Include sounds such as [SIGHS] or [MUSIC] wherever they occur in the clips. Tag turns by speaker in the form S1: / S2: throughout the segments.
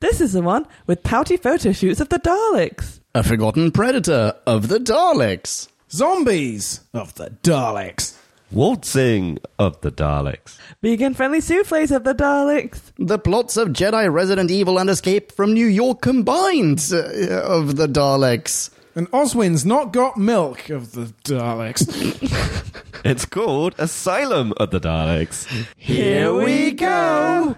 S1: This is the one with pouty photo shoots of the Daleks.
S2: A forgotten predator of the Daleks.
S3: Zombies of the Daleks.
S4: Waltzing of the Daleks.
S1: Vegan friendly souffles of the Daleks.
S2: The plots of Jedi Resident Evil and Escape from New York combined uh, of the Daleks.
S3: And Oswin's not got milk of the Daleks.
S4: It's called Asylum of the Daleks.
S1: Here we go.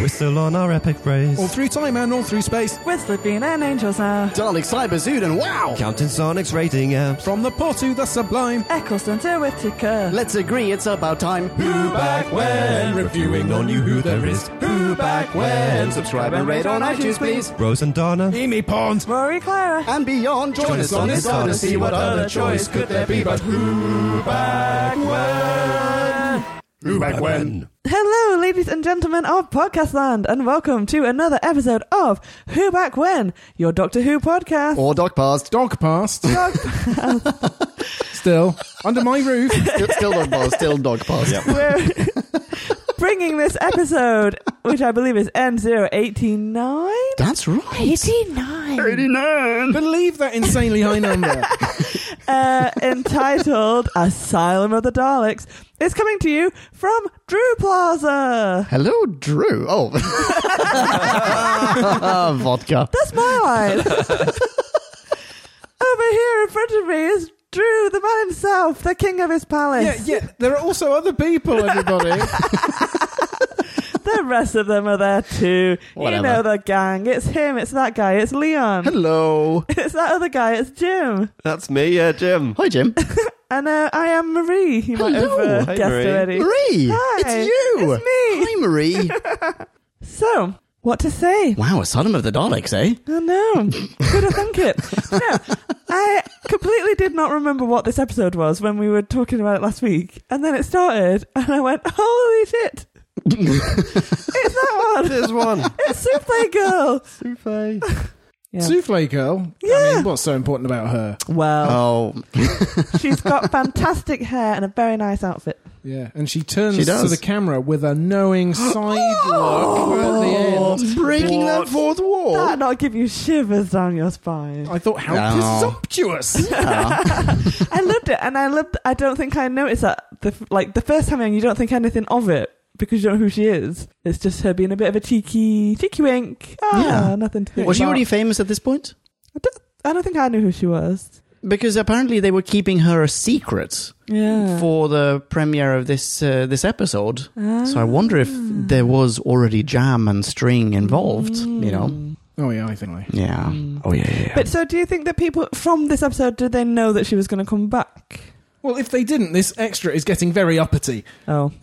S4: We're still on our epic race.
S3: all through time and all through space.
S1: With Slipin and Angels now.
S2: Dalek Cyberzood and wow!
S4: Counting Sonic's rating apps.
S3: From the poor to the sublime.
S1: Eccleston to Whittaker.
S2: Let's agree it's about time.
S4: Who back when? Reviewing on you who there is. Who back when?
S2: Subscribe and rate on iTunes, please.
S4: Rose and Donna.
S3: Amy Pond.
S1: Rory Clara.
S2: And beyond, join us on this odyssey. What other choice could there be but who back when? Who back when?
S1: Hello, ladies and gentlemen of Podcast Land, and welcome to another episode of Who Back When, your Doctor Who podcast. [LAUGHS]
S2: Or Doc Past.
S3: Dog past. Dog Still. Under my roof.
S2: Still, still Dog [LAUGHS] Past. Still Dog
S1: [LAUGHS]
S2: Past.
S1: We're bringing this episode, which I believe is N089.
S2: That's right.
S1: 89.
S2: 89.
S3: Believe that insanely high number.
S1: Uh, entitled Asylum of the Daleks. It's coming to you from Drew Plaza.
S2: Hello, Drew. Oh. [LAUGHS] Vodka.
S1: That's my line. [LAUGHS] Over here in front of me is Drew, the man himself, the king of his
S3: yeah,
S1: palace.
S3: yeah. There are also other people, everybody.
S1: The rest of them are there too.
S2: Whatever.
S1: You know the gang. It's him, it's that guy, it's Leon.
S2: Hello.
S1: it's that other guy, it's Jim.
S4: That's me, yeah, Jim.
S2: Hi, Jim.
S1: And uh, I am Marie. You might have
S2: Hello.
S1: uh,
S4: Hi,
S1: guessed
S4: Marie.
S1: already.
S2: Marie.
S1: Hi.
S2: It's you.
S1: It's me.
S2: Hi, Marie.
S1: So, what to say?
S2: [LAUGHS] Wow, Asylum of the Daleks, eh?
S1: I know. Could have thunk
S4: [LAUGHS]
S1: it. No, I completely did not remember what this episode was when we were talking about it last week. And then it started, and I went, holy
S4: [LAUGHS]
S1: shit. it's that one.
S4: There's one.
S1: It's Souffle Girl. Yeah.
S3: Souffle girl. I
S1: Yeah.
S3: mean, what's so important about her?
S1: Well,
S2: Oh,
S1: she's got fantastic hair and a very nice outfit.
S3: Yeah. And she turns
S2: She does.
S3: to the camera with a knowing [GASPS] side look at the
S2: Oh!
S3: end.
S2: breaking that fourth wall.
S4: Oh.
S1: That'll not give you shivers down your spine.
S3: I thought, how
S2: No.
S3: presumptuous.
S1: I loved it, and I loved. I don't think I noticed that. The, f- like the first time, around, you don't think anything of it because you don't know who she is. It's just her being a bit of a cheeky, cheeky wink. Ah,
S2: Yeah.
S1: nothing. To
S2: Was she
S1: about.
S2: already famous at this point?
S1: I don't, I don't think I knew who she was.
S2: Because apparently they were keeping her a secret
S1: Yeah.
S2: for the premiere of this uh, this episode.
S1: Ah.
S2: So I wonder if there was already jam and string involved. You know?
S3: oh, yeah, I think I.
S2: Yeah. Oh yeah. yeah, yeah.
S1: Mm. But so, do you think that people from this episode did they know that she was going to come back?
S3: Well, if they didn't, this extra is getting very uppity.
S1: Oh,
S2: [LAUGHS]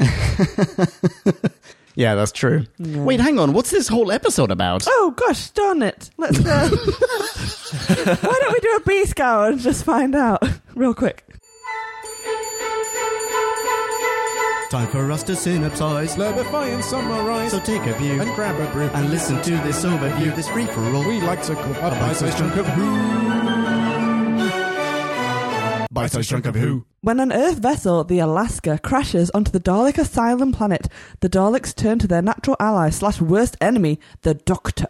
S2: yeah, that's true.
S1: no.
S2: [LAUGHS] Wait, hang on. What's this whole episode about?
S1: Oh gosh, darn it! Let's.
S2: [LAUGHS]
S1: Uh, [LAUGHS] why don't we do a B scour and just find out [LAUGHS] real quick?
S2: Time for us to synopsize.
S3: Slurpify and summarize
S2: So take a view
S3: and grab a brew.
S2: and listen to this overview, this free for all.
S3: we like to call a bite-sized chunk of who. Bite-sized chunk of who.
S1: When an Earth vessel, the Alaska, crashes onto the Dalek asylum planet, the Daleks turn to their natural ally slash worst enemy, the Doctor,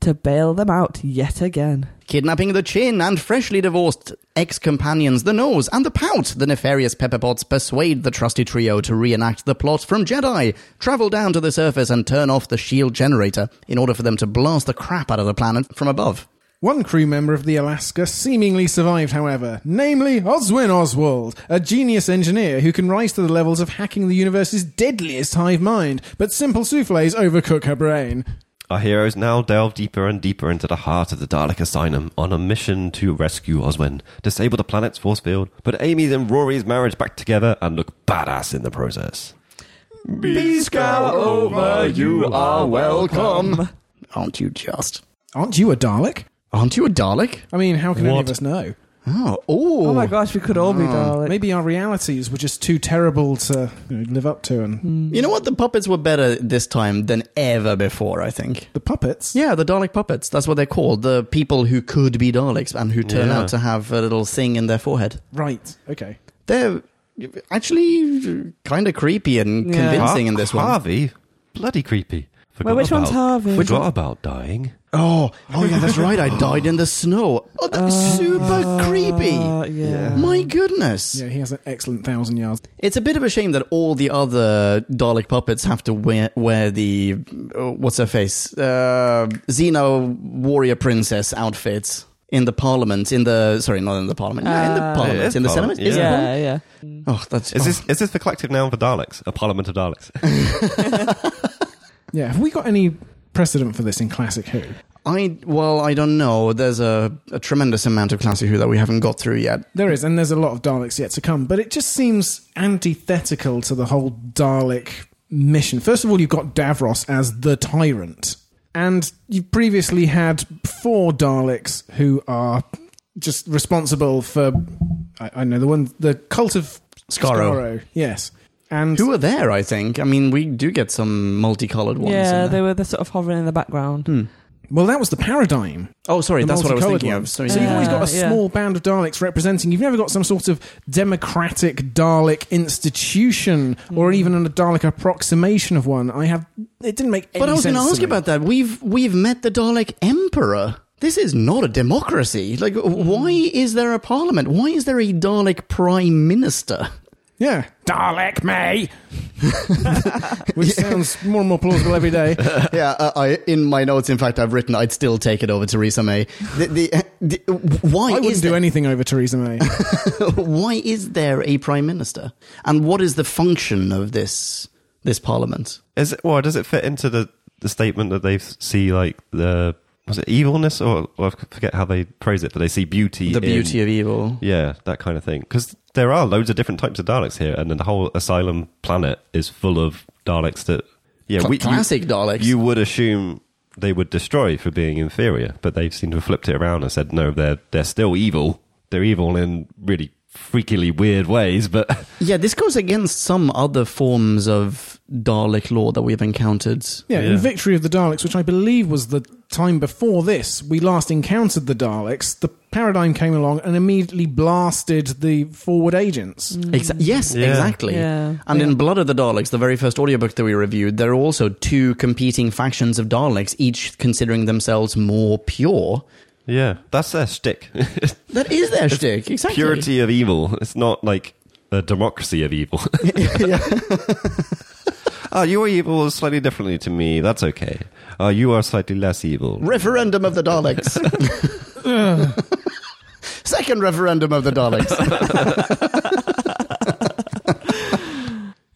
S1: to bail them out yet again.
S2: Kidnapping the chin and freshly divorced ex companions, the nose and the pout, the nefarious Pepperpots persuade the trusty trio to reenact the plot from Jedi, travel down to the surface and turn off the shield generator in order for them to blast the crap out of the planet from above.
S3: One crew member of the Alaska seemingly survived, however, namely Oswin Oswald, a genius engineer who can rise to the levels of hacking the universe's deadliest hive mind, but simple souffles overcook her brain.
S4: Our heroes now delve deeper and deeper into the heart of the Dalek Asylum on a mission to rescue Oswin, disable the planet's force field, put Amy's and Rory's marriage back together, and look badass in the process.
S2: Be scour over, you are welcome. Aren't you just?
S3: Aren't you a Dalek?
S2: Aren't you a Dalek?
S3: I mean, how can any
S4: What?
S3: of us know?
S2: Oh,
S1: Oh
S2: oh,
S1: my gosh, we could all be Dalek.
S3: Maybe our realities were just too terrible to you know, live up to, and
S2: You know what? The puppets were better this time than ever before, I think.
S3: the puppets.
S2: Yeah, the Dalek puppets. That's what they're called. The people who could be Daleks and who turn
S4: Yeah.
S2: out to have a little thing in their forehead.
S3: Right. Okay.
S2: They're actually kind of creepy and
S1: Yeah.
S2: convincing in this one.
S4: Harvey, bloody creepy. Forgot
S1: which
S4: about,
S1: one's Harvey? Which
S4: Forgot
S1: one-
S4: about dying.
S2: Oh, oh yeah, that's right. I died in the snow. Oh, that's super creepy.
S1: Uh, yeah.
S2: My goodness.
S3: Yeah, he has an excellent thousand yards.
S2: It's a bit of a shame that all the other Dalek puppets have to wear, wear the uh, what's her face uh, Xena warrior princess outfits in the parliament. In the sorry, not in the parliament. yeah, in the
S1: Uh,
S4: It
S2: parliament.
S4: is
S2: In the
S4: parliament,
S2: senate. Is it
S4: yeah.
S2: parliament?
S1: Yeah, yeah.
S2: Oh, that's
S4: Is this is this the collective noun for Daleks? A parliament of Daleks.
S3: Yeah, have we got any precedent for this in classic Who?
S2: oh, I well, I don't know. There's a, a tremendous amount of classic who that we haven't got through yet.
S3: There is, and there's a lot of Daleks yet to come, but it just seems antithetical to the whole Dalek mission. First of all, you've got Davros as the tyrant, and you've previously had four Daleks who are just responsible for. I, I know the one, the cult of
S2: Scarro.
S3: yes, and
S2: Who are there? I think. I mean, we do get some multicolored ones.
S1: yeah,
S2: in there.
S1: they were the sort of hovering in the background.
S3: well, that was the paradigm.
S2: Oh, sorry,
S3: the
S2: that's what I was
S3: multicoloured
S2: thinking of.
S3: ones.
S2: Sorry,
S3: So you've
S2: yeah.
S3: always got a
S1: Yeah, yeah.
S3: small band of Daleks representing. You've never got some sort of democratic Dalek institution or even a Dalek approximation of one. I have. It didn't make any
S2: But I was
S3: sense.
S2: going to
S3: to
S2: ask
S3: me.
S2: about that. We've we've met the Dalek Emperor. This is not a democracy. Like, why is there a parliament? Why is there a Dalek Prime Minister?
S3: Yeah, Dalek May, which sounds more and more plausible
S2: [LAUGHS]
S3: every day.
S2: [LAUGHS] yeah, uh, I, in my notes, in fact, I've written I'd still take it over Theresa May. The, the, the- why
S3: I
S2: is
S3: wouldn't do
S2: there,
S3: anything over Theresa May.
S2: [LAUGHS] why is there a Prime Minister, and what is the function of this this Parliament?
S4: Is it? Well, does it fit into the the statement that they see like the was it evilness or, or I forget how they praise it, but they see beauty.
S2: The
S4: in-
S2: beauty of evil.
S4: yeah, that kind of thing. Because there are loads of different types of Daleks here, and then the whole asylum planet is full of Daleks that yeah,
S2: Cl-
S4: we,
S2: classic
S4: you,
S2: Daleks.
S4: You would assume they would destroy for being inferior, but they seem to have flipped it around and said no, they're they're still evil. They're evil in really freakily weird ways, but [LAUGHS]
S2: Yeah, this goes against some other forms of Dalek law that we've encountered.
S3: Yeah,
S4: Yeah.
S3: in Victory of the Daleks, which I believe was the time before this, we last encountered the Daleks. The paradigm came along and immediately blasted the forward agents.
S2: Exa- yes,
S4: Yeah.
S2: exactly.
S1: Mm. Yeah.
S2: And in Blood of the Daleks, the very first audiobook that we reviewed, there are also two competing factions of Daleks, each considering themselves more pure.
S4: yeah, that's their shtick.
S2: That is their shtick, exactly.
S4: Purity of evil. It's not like a democracy of [LAUGHS] evil. oh, you are evil slightly differently to me. That's okay. Oh, you are slightly less evil.
S2: Referendum of the
S4: [LAUGHS]
S2: Daleks. Second referendum of the
S4: [LAUGHS]
S2: Daleks.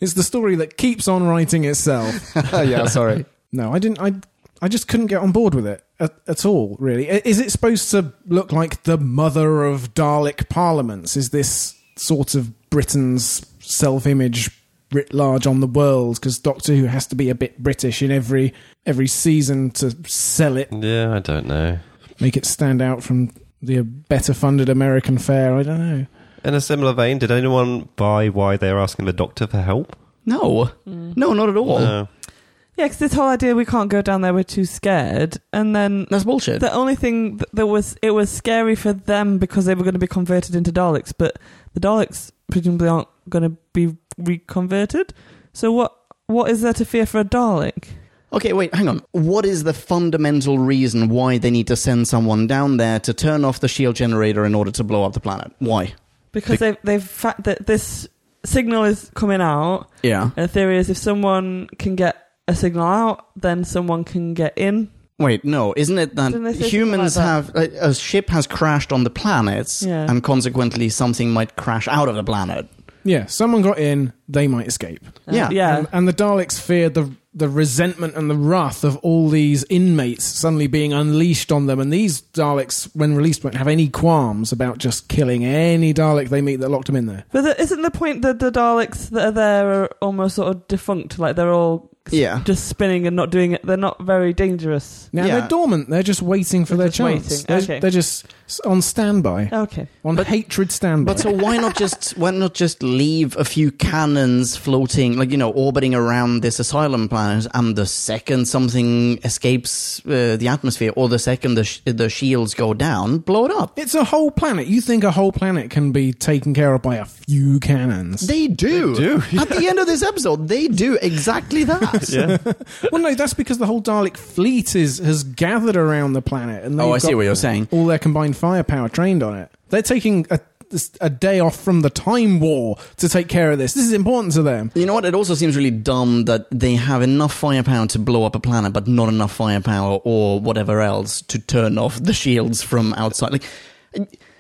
S3: It's the story that keeps on writing itself.
S2: [LAUGHS] yeah, sorry.
S3: No, I didn't. I I just couldn't get on board with it at, at all. Really, I- is it supposed to look like the mother of Dalek parliaments? Is this sort of Britain's self-image writ large on the world? Because Doctor Who has to be a bit British in every every season to sell it,
S4: Yeah, I don't know.
S3: make it stand out from the better funded American fare. I don't know.
S4: In a similar vein, did anyone buy why they're asking the doctor for help?
S2: No. No, not at all.
S4: No.
S1: Hmm. Yeah, because this whole idea we can't go down there, we're too scared. And then
S2: That's bullshit.
S1: the only thing th- that was, it was scary for them because they were going to be converted into Daleks, but the Daleks presumably aren't going to be reconverted. So what? What is there to fear for a Dalek?
S2: Okay, wait, hang on. What is the fundamental reason why they need to send someone down there to turn off the shield generator in order to blow up the planet? Why?
S1: Because
S4: Be-
S1: they've they've fact that this signal is coming out.
S2: Yeah.
S1: And the theory is if someone can get a signal out, then someone can get in.
S2: Wait, no, isn't it that
S1: Didn't they say something
S2: humans
S1: like that?
S2: have like, a ship has crashed on the planet,
S1: Yeah.
S2: and consequently something might crash out of the planet?
S3: Yeah, someone got in, they might escape.
S2: Yeah.
S1: yeah.
S3: And, and the Daleks fear the the resentment and the wrath of all these inmates suddenly being unleashed on them. And these Daleks, when released, won't have any qualms about just killing any Dalek they meet that locked them in there.
S1: But the, isn't the point that the Daleks that are there are almost sort of defunct? Like they're all s-
S2: Yeah.
S1: just spinning and not doing it. They're not very dangerous.
S3: Now
S2: Yeah.
S3: they're dormant. They're just waiting for
S1: They're
S3: their
S1: just
S3: chance.
S1: waiting,
S3: They're,
S1: okay.
S3: they're just s- on standby,
S1: Okay.
S3: on
S2: Uh, But-
S3: hatred standby.
S2: But so why not just [LAUGHS] why not just leave a few cannons floating, like you know, orbiting around this asylum planet, and the second something escapes uh, the atmosphere, or the second the sh- the shields go down, blow it up.
S3: it's a whole planet. You think a whole planet can be taken care of by a few cannons?
S2: [LAUGHS] They do.
S4: do,
S2: At the end of this episode, they do exactly that.
S3: that.
S4: Yeah.
S3: well, no, that's because the whole Dalek fleet is has gathered around the planet, and
S2: Oh,
S3: they've
S2: I see
S3: got
S2: what you're saying.
S3: All their combined firepower trained on it. They're taking a, this- a day off from the time war to take care of this. This is important to them.
S2: You know what? It also seems really dumb that they have enough firepower to blow up a planet, but not enough firepower or whatever else to turn off the shields from outside. Like,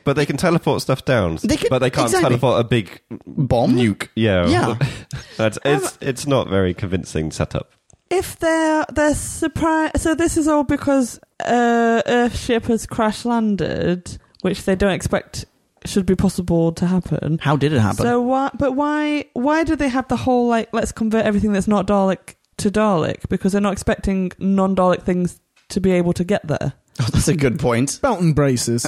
S4: But they can teleport stuff down.
S2: They can-
S4: but they can't
S2: exactly.
S4: teleport a big
S2: bomb?
S4: nuke. Yeah.
S2: Yeah.
S4: [LAUGHS] That's, it's, it's not very convincing setup.
S1: if they're they're surprised so this is all because uh earth ship has crash landed which they don't expect should be possible to happen
S2: How did it happen?
S1: so why but why why do they have the whole like let's convert everything that's not dalek to dalek because they're not expecting non-dalek things to be able to get
S2: [LAUGHS]
S1: there
S2: oh, [LAUGHS] that's a good point.
S3: Belt and braces.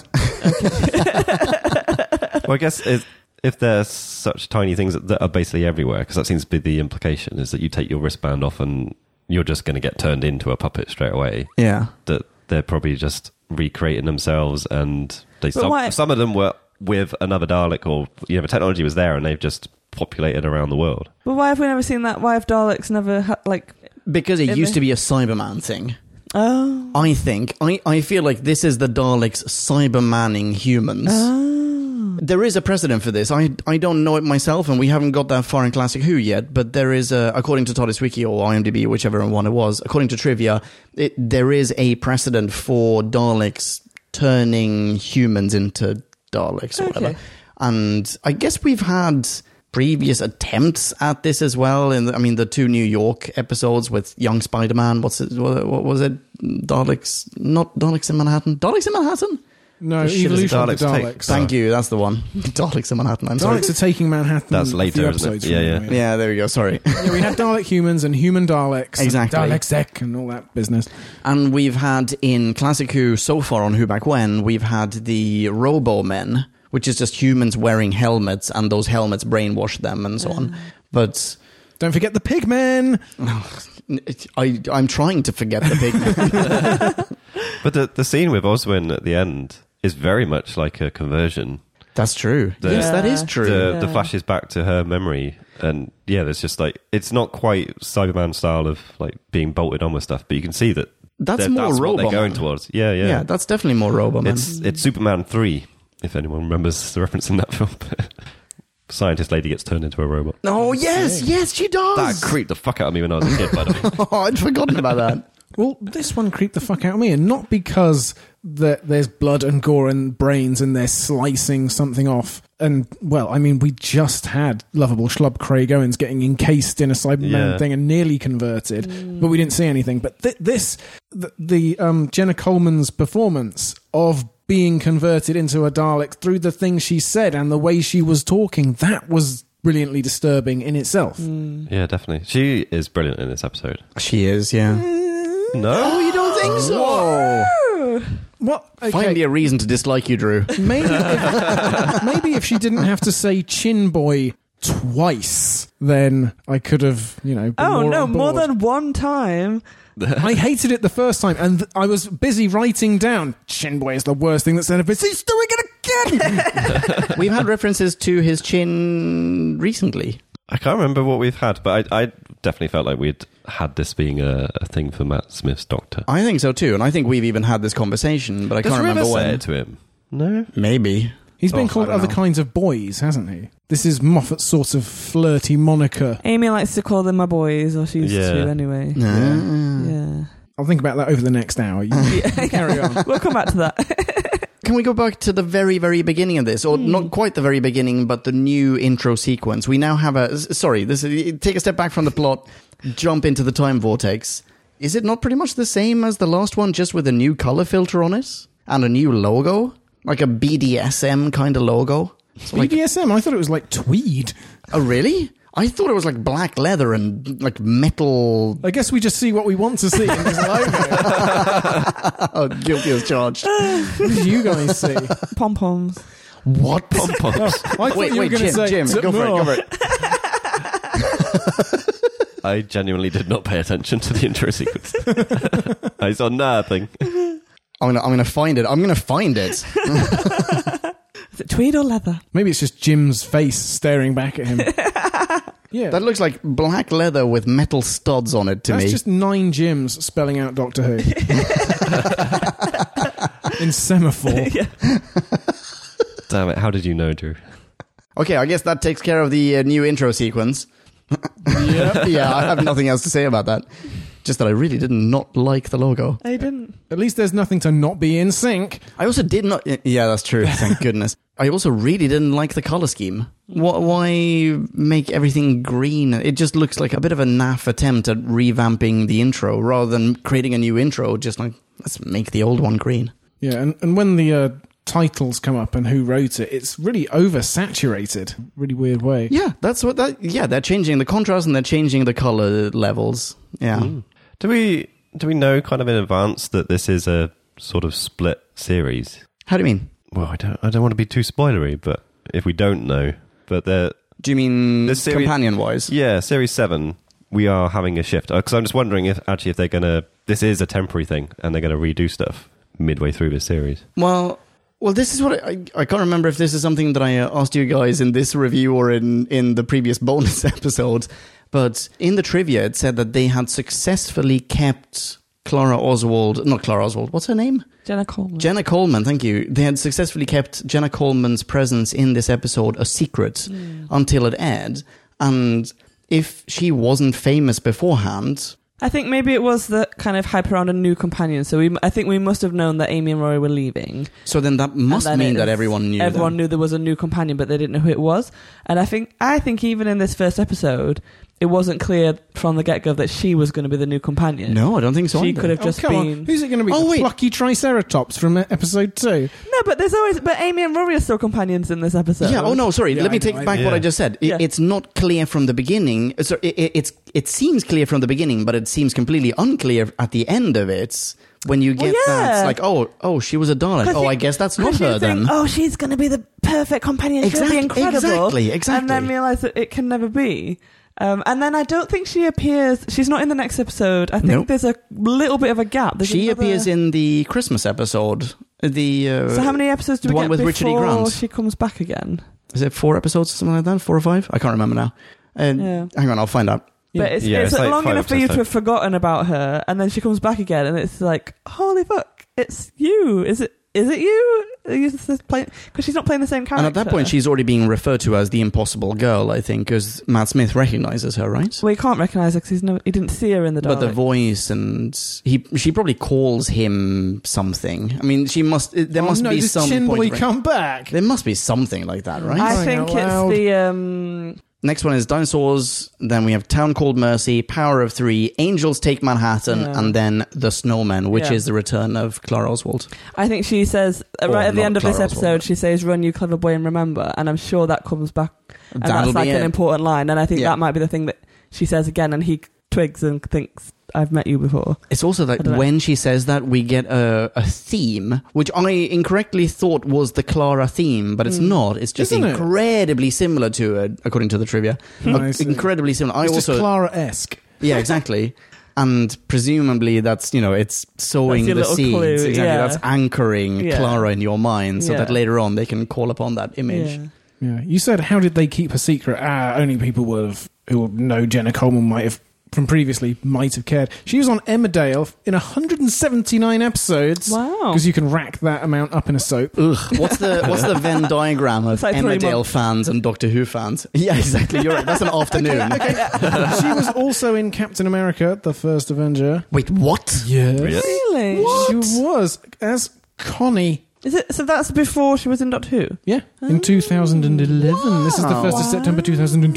S4: Well, I guess it's, if there's such tiny things that- that are basically everywhere, because that seems to be the implication, is that you take your wristband off and you're just going to get turned into a puppet straight away.
S2: Yeah.
S4: That they're probably just recreating themselves, and they
S1: But
S4: some,
S1: why-
S4: some of them were with another Dalek, or you know, the technology was there, and they've just populated around the world.
S1: but why have we never seen that why have daleks never ha- like
S2: Because it
S1: It
S2: used
S1: may-
S2: to be a Cyberman thing.
S1: oh
S2: I think. I, I feel like this is the Daleks cybermanning humans.
S1: oh
S2: There is a precedent for this. I, I don't know it myself, and we haven't got that far in Classic Who yet, but there is, a, according to TARDIS Wiki or IMDb, whichever one it was, according to trivia, it, there is a precedent for Daleks turning humans into Daleks or whatever.
S1: Okay.
S2: And I guess we've had previous attempts at this as well. And I mean, the two New York episodes with young Spider Man. What's it? What, what was it? Daleks? Not Daleks in Manhattan. Daleks in Manhattan.
S3: No,
S2: The shit is
S3: evolution of the
S4: Daleks take-
S3: Daleks.
S2: Thank you. That's the one. [LAUGHS] Daleks in Manhattan. I'm sorry.
S3: Daleks are taking Manhattan.
S4: That's
S3: a
S4: later,
S3: few
S4: isn't it?
S3: episodes
S4: Yeah,
S3: from
S4: yeah.
S3: now,
S2: Yeah, there we go. Sorry.
S3: Yeah, we had Dalek humans and human Daleks. and
S2: Exactly.
S3: Dalek Zek and all that business.
S2: [LAUGHS] And we've had in Classic Who so far on Who Back When, we've had the Robo Men, which is just humans wearing helmets and those helmets brainwash them and so on. But
S3: Don't forget the pigmen.
S2: it- I, I'm trying to forget the [LAUGHS] big man.
S4: But the, the scene with Oswin at the end is very much like a conversion.
S2: That's true.
S4: The-
S2: yes, that is
S1: Yeah.
S2: true.
S4: the, the
S1: Yeah.
S4: flashes back to her memory and yeah there's just like it's not quite cyberman style of like being bolted on with stuff but you can see that
S2: that's
S4: that-
S2: more
S4: that's
S2: Robo
S4: what they're going
S2: Man.
S4: towards yeah yeah,
S2: Yeah. that's definitely more Robo Man.
S4: it's it's superman 3 if anyone remembers the reference in that [LAUGHS] film scientist lady gets turned into a robot
S2: Oh, yes, yes, she
S4: that
S2: does.
S4: creeped the fuck out of me when i was a kid by the
S2: [LAUGHS]
S4: way
S2: oh, I'd forgotten about that.
S3: Well, this one creeped the fuck out of me, and not because that there's blood and gore and brains and they're slicing something off. And well, I mean, we just had lovable schlub Craig Owens getting encased in a Cyberman
S4: Yeah.
S3: thing and nearly converted, but we didn't see anything. But th- this, the, the um, Jenna Coleman's performance of being converted into a Dalek through the things she said and the way she was talking, that was brilliantly disturbing in itself.
S4: yeah definitely she is brilliant in this episode
S2: [LAUGHS] She is, yeah.
S4: no
S2: Oh, you don't think so?
S3: What? Okay.
S2: Find me a reason to dislike you, [LAUGHS] Drew.
S3: Maybe
S2: [LAUGHS]
S3: if, maybe if she didn't have to say chin boy twice, then I could have, you know. Been
S1: oh
S3: more
S1: no
S3: on
S1: more
S3: board.
S1: than one time
S3: I hated it the first time, and th- I was busy writing down chin boy is the worst thing that's ever been. He's doing it again.
S2: We've had references to his chin recently.
S4: i can't remember what we've had but i, I definitely felt like we'd had this being a, a thing for matt smith's doctor
S2: I think so too, and I think we've even had this conversation, but I
S4: Does
S2: can't remember
S4: River say
S2: when.
S4: it to him no
S2: [LAUGHS] Maybe.
S3: He's been
S2: Oh,
S3: called
S2: I don't
S3: other
S2: know.
S3: kinds of boys, hasn't he? This is Moffat's sort of flirty moniker.
S1: amy likes to call them my boys or she used
S4: Yeah.
S1: to anyway
S2: Ah.
S1: yeah
S3: I'll think about that over the next
S2: [LAUGHS]
S3: hour. You- [LAUGHS] Carry on.
S1: [LAUGHS] we'll come back to that.
S3: [LAUGHS]
S2: Can we go back to the very, very beginning of this, or not quite the very beginning, but the new intro sequence? We now have a. s- Sorry, this is, take a step back from the plot, jump into the time vortex. Is it not pretty much the same as the last one, just with a new color filter on it and a new logo, like a BDSM kind of logo? So like,
S3: BDSM. I thought it was like tweed.
S2: oh, really? I thought it was like black leather and like metal. [LAUGHS]
S3: I guess we just see what we want to see in this logo.
S2: Oh, guilty as charged.
S3: What did you guys see?
S1: Pom
S3: [LAUGHS]
S1: poms.
S2: What?
S3: I thought
S2: wait,
S3: you
S2: wait,
S3: were going to
S2: Jim,
S3: say
S2: Jim,
S3: "Tip
S2: go for it,
S3: more."
S2: go for it.
S4: I genuinely did not pay attention to the intro sequence. [LAUGHS] I saw nothing.
S2: I'm gonna, I'm gonna find it. I'm gonna find
S3: [LAUGHS]
S2: it.
S1: Is it tweed or leather?
S3: [LAUGHS] Maybe it's just Jim's face staring back at him. Yeah.
S2: That looks like black leather with metal studs on it to
S3: That's
S2: me.
S3: just nine gyms spelling out Doctor Who. [LAUGHS] In [LAUGHS] semaphore.
S1: yeah.
S4: Damn it! How did you know, Drew?
S2: Okay, I guess that takes care of the uh, new intro sequence. [LAUGHS] yeah, I have nothing else to say about that. Just that I really did not like the logo.
S1: I didn't.
S3: At least there's nothing to not be in sync.
S2: I also did not. Yeah, that's
S3: [LAUGHS]
S2: true. Thank goodness. I also really didn't like the color scheme. What, why make everything green? It just looks like a bit of a naff attempt at revamping the intro rather than creating a new intro. Just like let's make the old one green.
S3: Yeah, and, and when the uh, titles come up and who wrote it, it's really oversaturated. Really weird way.
S2: Yeah, that's what that. Yeah, they're changing the contrast and they're changing the color levels. Yeah.
S4: Hmm. Do we do we know kind of in advance that this is a sort of split series?
S2: How do you mean?
S4: Well, I don't I don't want to be too spoilery, but if we don't know, but there,
S2: Do you mean
S4: The series-
S2: companion wise?
S4: yeah, series seven, we are having a shift because I'm just wondering if actually if they're gonna this is a temporary thing and they're gonna redo stuff midway through this series.
S2: Well, well, this is what I, I, I can't remember if this is something that I uh, asked you guys in this review or in in the previous [LAUGHS] bonus episode. But in the trivia, it said that they had successfully kept Clara Oswald, not Clara Oswald. What's her name?
S1: Jenna Coleman.
S2: Jenna Coleman. Thank you. They had successfully kept Jenna Coleman's presence in this episode a secret
S1: Mm.
S2: until it aired, and if she wasn't famous beforehand,
S1: I think maybe it was the kind of hype around a new companion. So we, I think we must have known that Amy and Rory were leaving.
S2: so then that must
S1: And then
S2: mean
S1: it
S2: that
S1: is-
S2: everyone knew.
S1: Everyone
S2: them.
S1: knew there was a new companion, but they didn't know who it was. And I think, I think even in this first episode, it wasn't clear from the get go that she was going to be the new companion.
S2: No, I don't think so.
S1: she
S2: either.
S1: could have just
S3: Oh, come
S1: been.
S3: on. Who's it going to be?
S2: Oh,
S3: the
S2: wait.
S3: plucky Triceratops from uh, episode two.
S1: No, but there's always. But Amy and Rory are still companions in this episode.
S2: Yeah. Oh no. Sorry.
S3: Yeah,
S2: Let
S3: I
S2: me
S3: know,
S2: take
S3: I
S2: back
S4: know.
S2: what I
S4: Yeah.
S2: just said. It,
S1: Yeah.
S2: It's not clear from the beginning. So it, it, it's it seems clear from the beginning, but it seems completely unclear at the end of it when you
S1: Well,
S2: get that.
S1: yeah.
S2: It's like, oh, oh, she was a Dalek.
S1: 'Cause
S2: Oh,
S1: you-
S2: I guess that's
S1: 'cause
S2: not
S1: you
S2: her
S1: think,
S2: then.
S1: Oh, she's going to be the perfect companion. She'll be
S2: Exact-
S1: incredible.
S2: exactly,
S1: And then
S2: exactly.
S1: realize that it can never be. Um, and then I don't think she appears. She's not in the next episode. I think
S2: Nope.
S1: there's a little bit of a gap. There's
S2: she
S1: another-
S2: appears in the Christmas episode. The uh,
S1: So how many episodes do
S2: the
S1: we
S2: one
S1: get
S2: with Richard E.
S1: before
S2: Grant.
S1: she comes back again?
S2: is it? Four episodes, something like that. Four or five? I can't remember now. Uh,
S1: Yeah.
S2: Hang on, I'll find out.
S1: But it's,
S4: Yeah,
S1: it's,
S4: it's like
S1: long
S4: five
S1: enough for you
S4: episodes,
S1: to have forgotten about her, and then she comes back again, and it's like, holy fuck, it's you. Is it? Is it you? Because she's not playing the same character.
S2: And at that point, she's already being referred to as the Impossible Girl, I think, because Matt Smith recognizes her, right?
S1: Well, he can't recognize her because he didn't see her in the dark.
S2: But the voice and he, she probably calls him something. I mean, she must. There
S3: Oh,
S2: must
S3: no,
S2: be
S3: does
S2: some.
S3: Chin
S2: point
S3: Boy
S2: of re-
S3: come back.
S2: there must be something like that, right?
S1: I
S3: Crying
S1: think
S3: out
S1: it's
S3: loud.
S1: the um,
S2: Next one is dinosaurs. Then we have Town Called Mercy, Power of Three, Angels Take Manhattan,
S1: Yeah.
S2: and then the Snowman, which
S1: Yeah.
S2: is the return of Clara Oswald.
S1: I think she says uh,
S2: Or
S1: right at the
S2: not
S1: end of this
S2: Clara
S1: episode,
S2: Oswald, but-
S1: she says, "Run, you clever boy, and remember." And I'm sure that comes back, and
S2: That'll
S1: that's like
S2: be
S1: an
S2: it.
S1: important line. And I think
S2: Yeah.
S1: that might be the thing that she says again, and he twigs and thinks, "I've met you before."
S2: It's also that
S1: I don't know.
S2: when she says that, we get a, a theme, which I incorrectly thought was the Clara theme, but it's
S1: Mm.
S2: not. It's just
S3: Isn't it?
S2: incredibly similar to it, according to the trivia.
S1: Hmm.
S2: Uh,
S3: I see.
S2: Incredibly similar. I
S3: it's
S2: also
S3: just Clara esque.
S2: Yeah, exactly. And presumably that's you know it's
S1: That's
S2: sowing
S1: your
S2: the
S1: little
S2: seeds.
S1: clue,
S2: exactly,
S1: yeah.
S2: that's anchoring
S1: Yeah.
S2: Clara in your mind, so that
S1: Yeah.
S2: later on they can call upon that image.
S1: Yeah.
S3: Yeah, you said how did they keep her secret? Ah, only people would have who know Jenna Coleman might have from previously might have cared. She was on Emmerdale in 179 episodes.
S1: Wow.
S3: Because you can rack that amount up in
S1: [LAUGHS]
S3: a soap.
S2: Ugh, what's the what's the Venn diagram of
S1: It's like three
S2: Emmerdale
S1: months.
S2: fans and Doctor Who fans? [LAUGHS] Yeah, exactly. You're right. That's
S1: [LAUGHS]
S2: an afternoon.
S3: she was also in Captain America: The First Avenger.
S2: Wait, what?
S3: Yes,
S4: Really?
S1: Really?
S3: she was as Connie.
S1: Is it? So that's before she was in Doctor Who. Oh.
S3: Yeah, in 2011. This is the
S2: Wow.
S3: first of September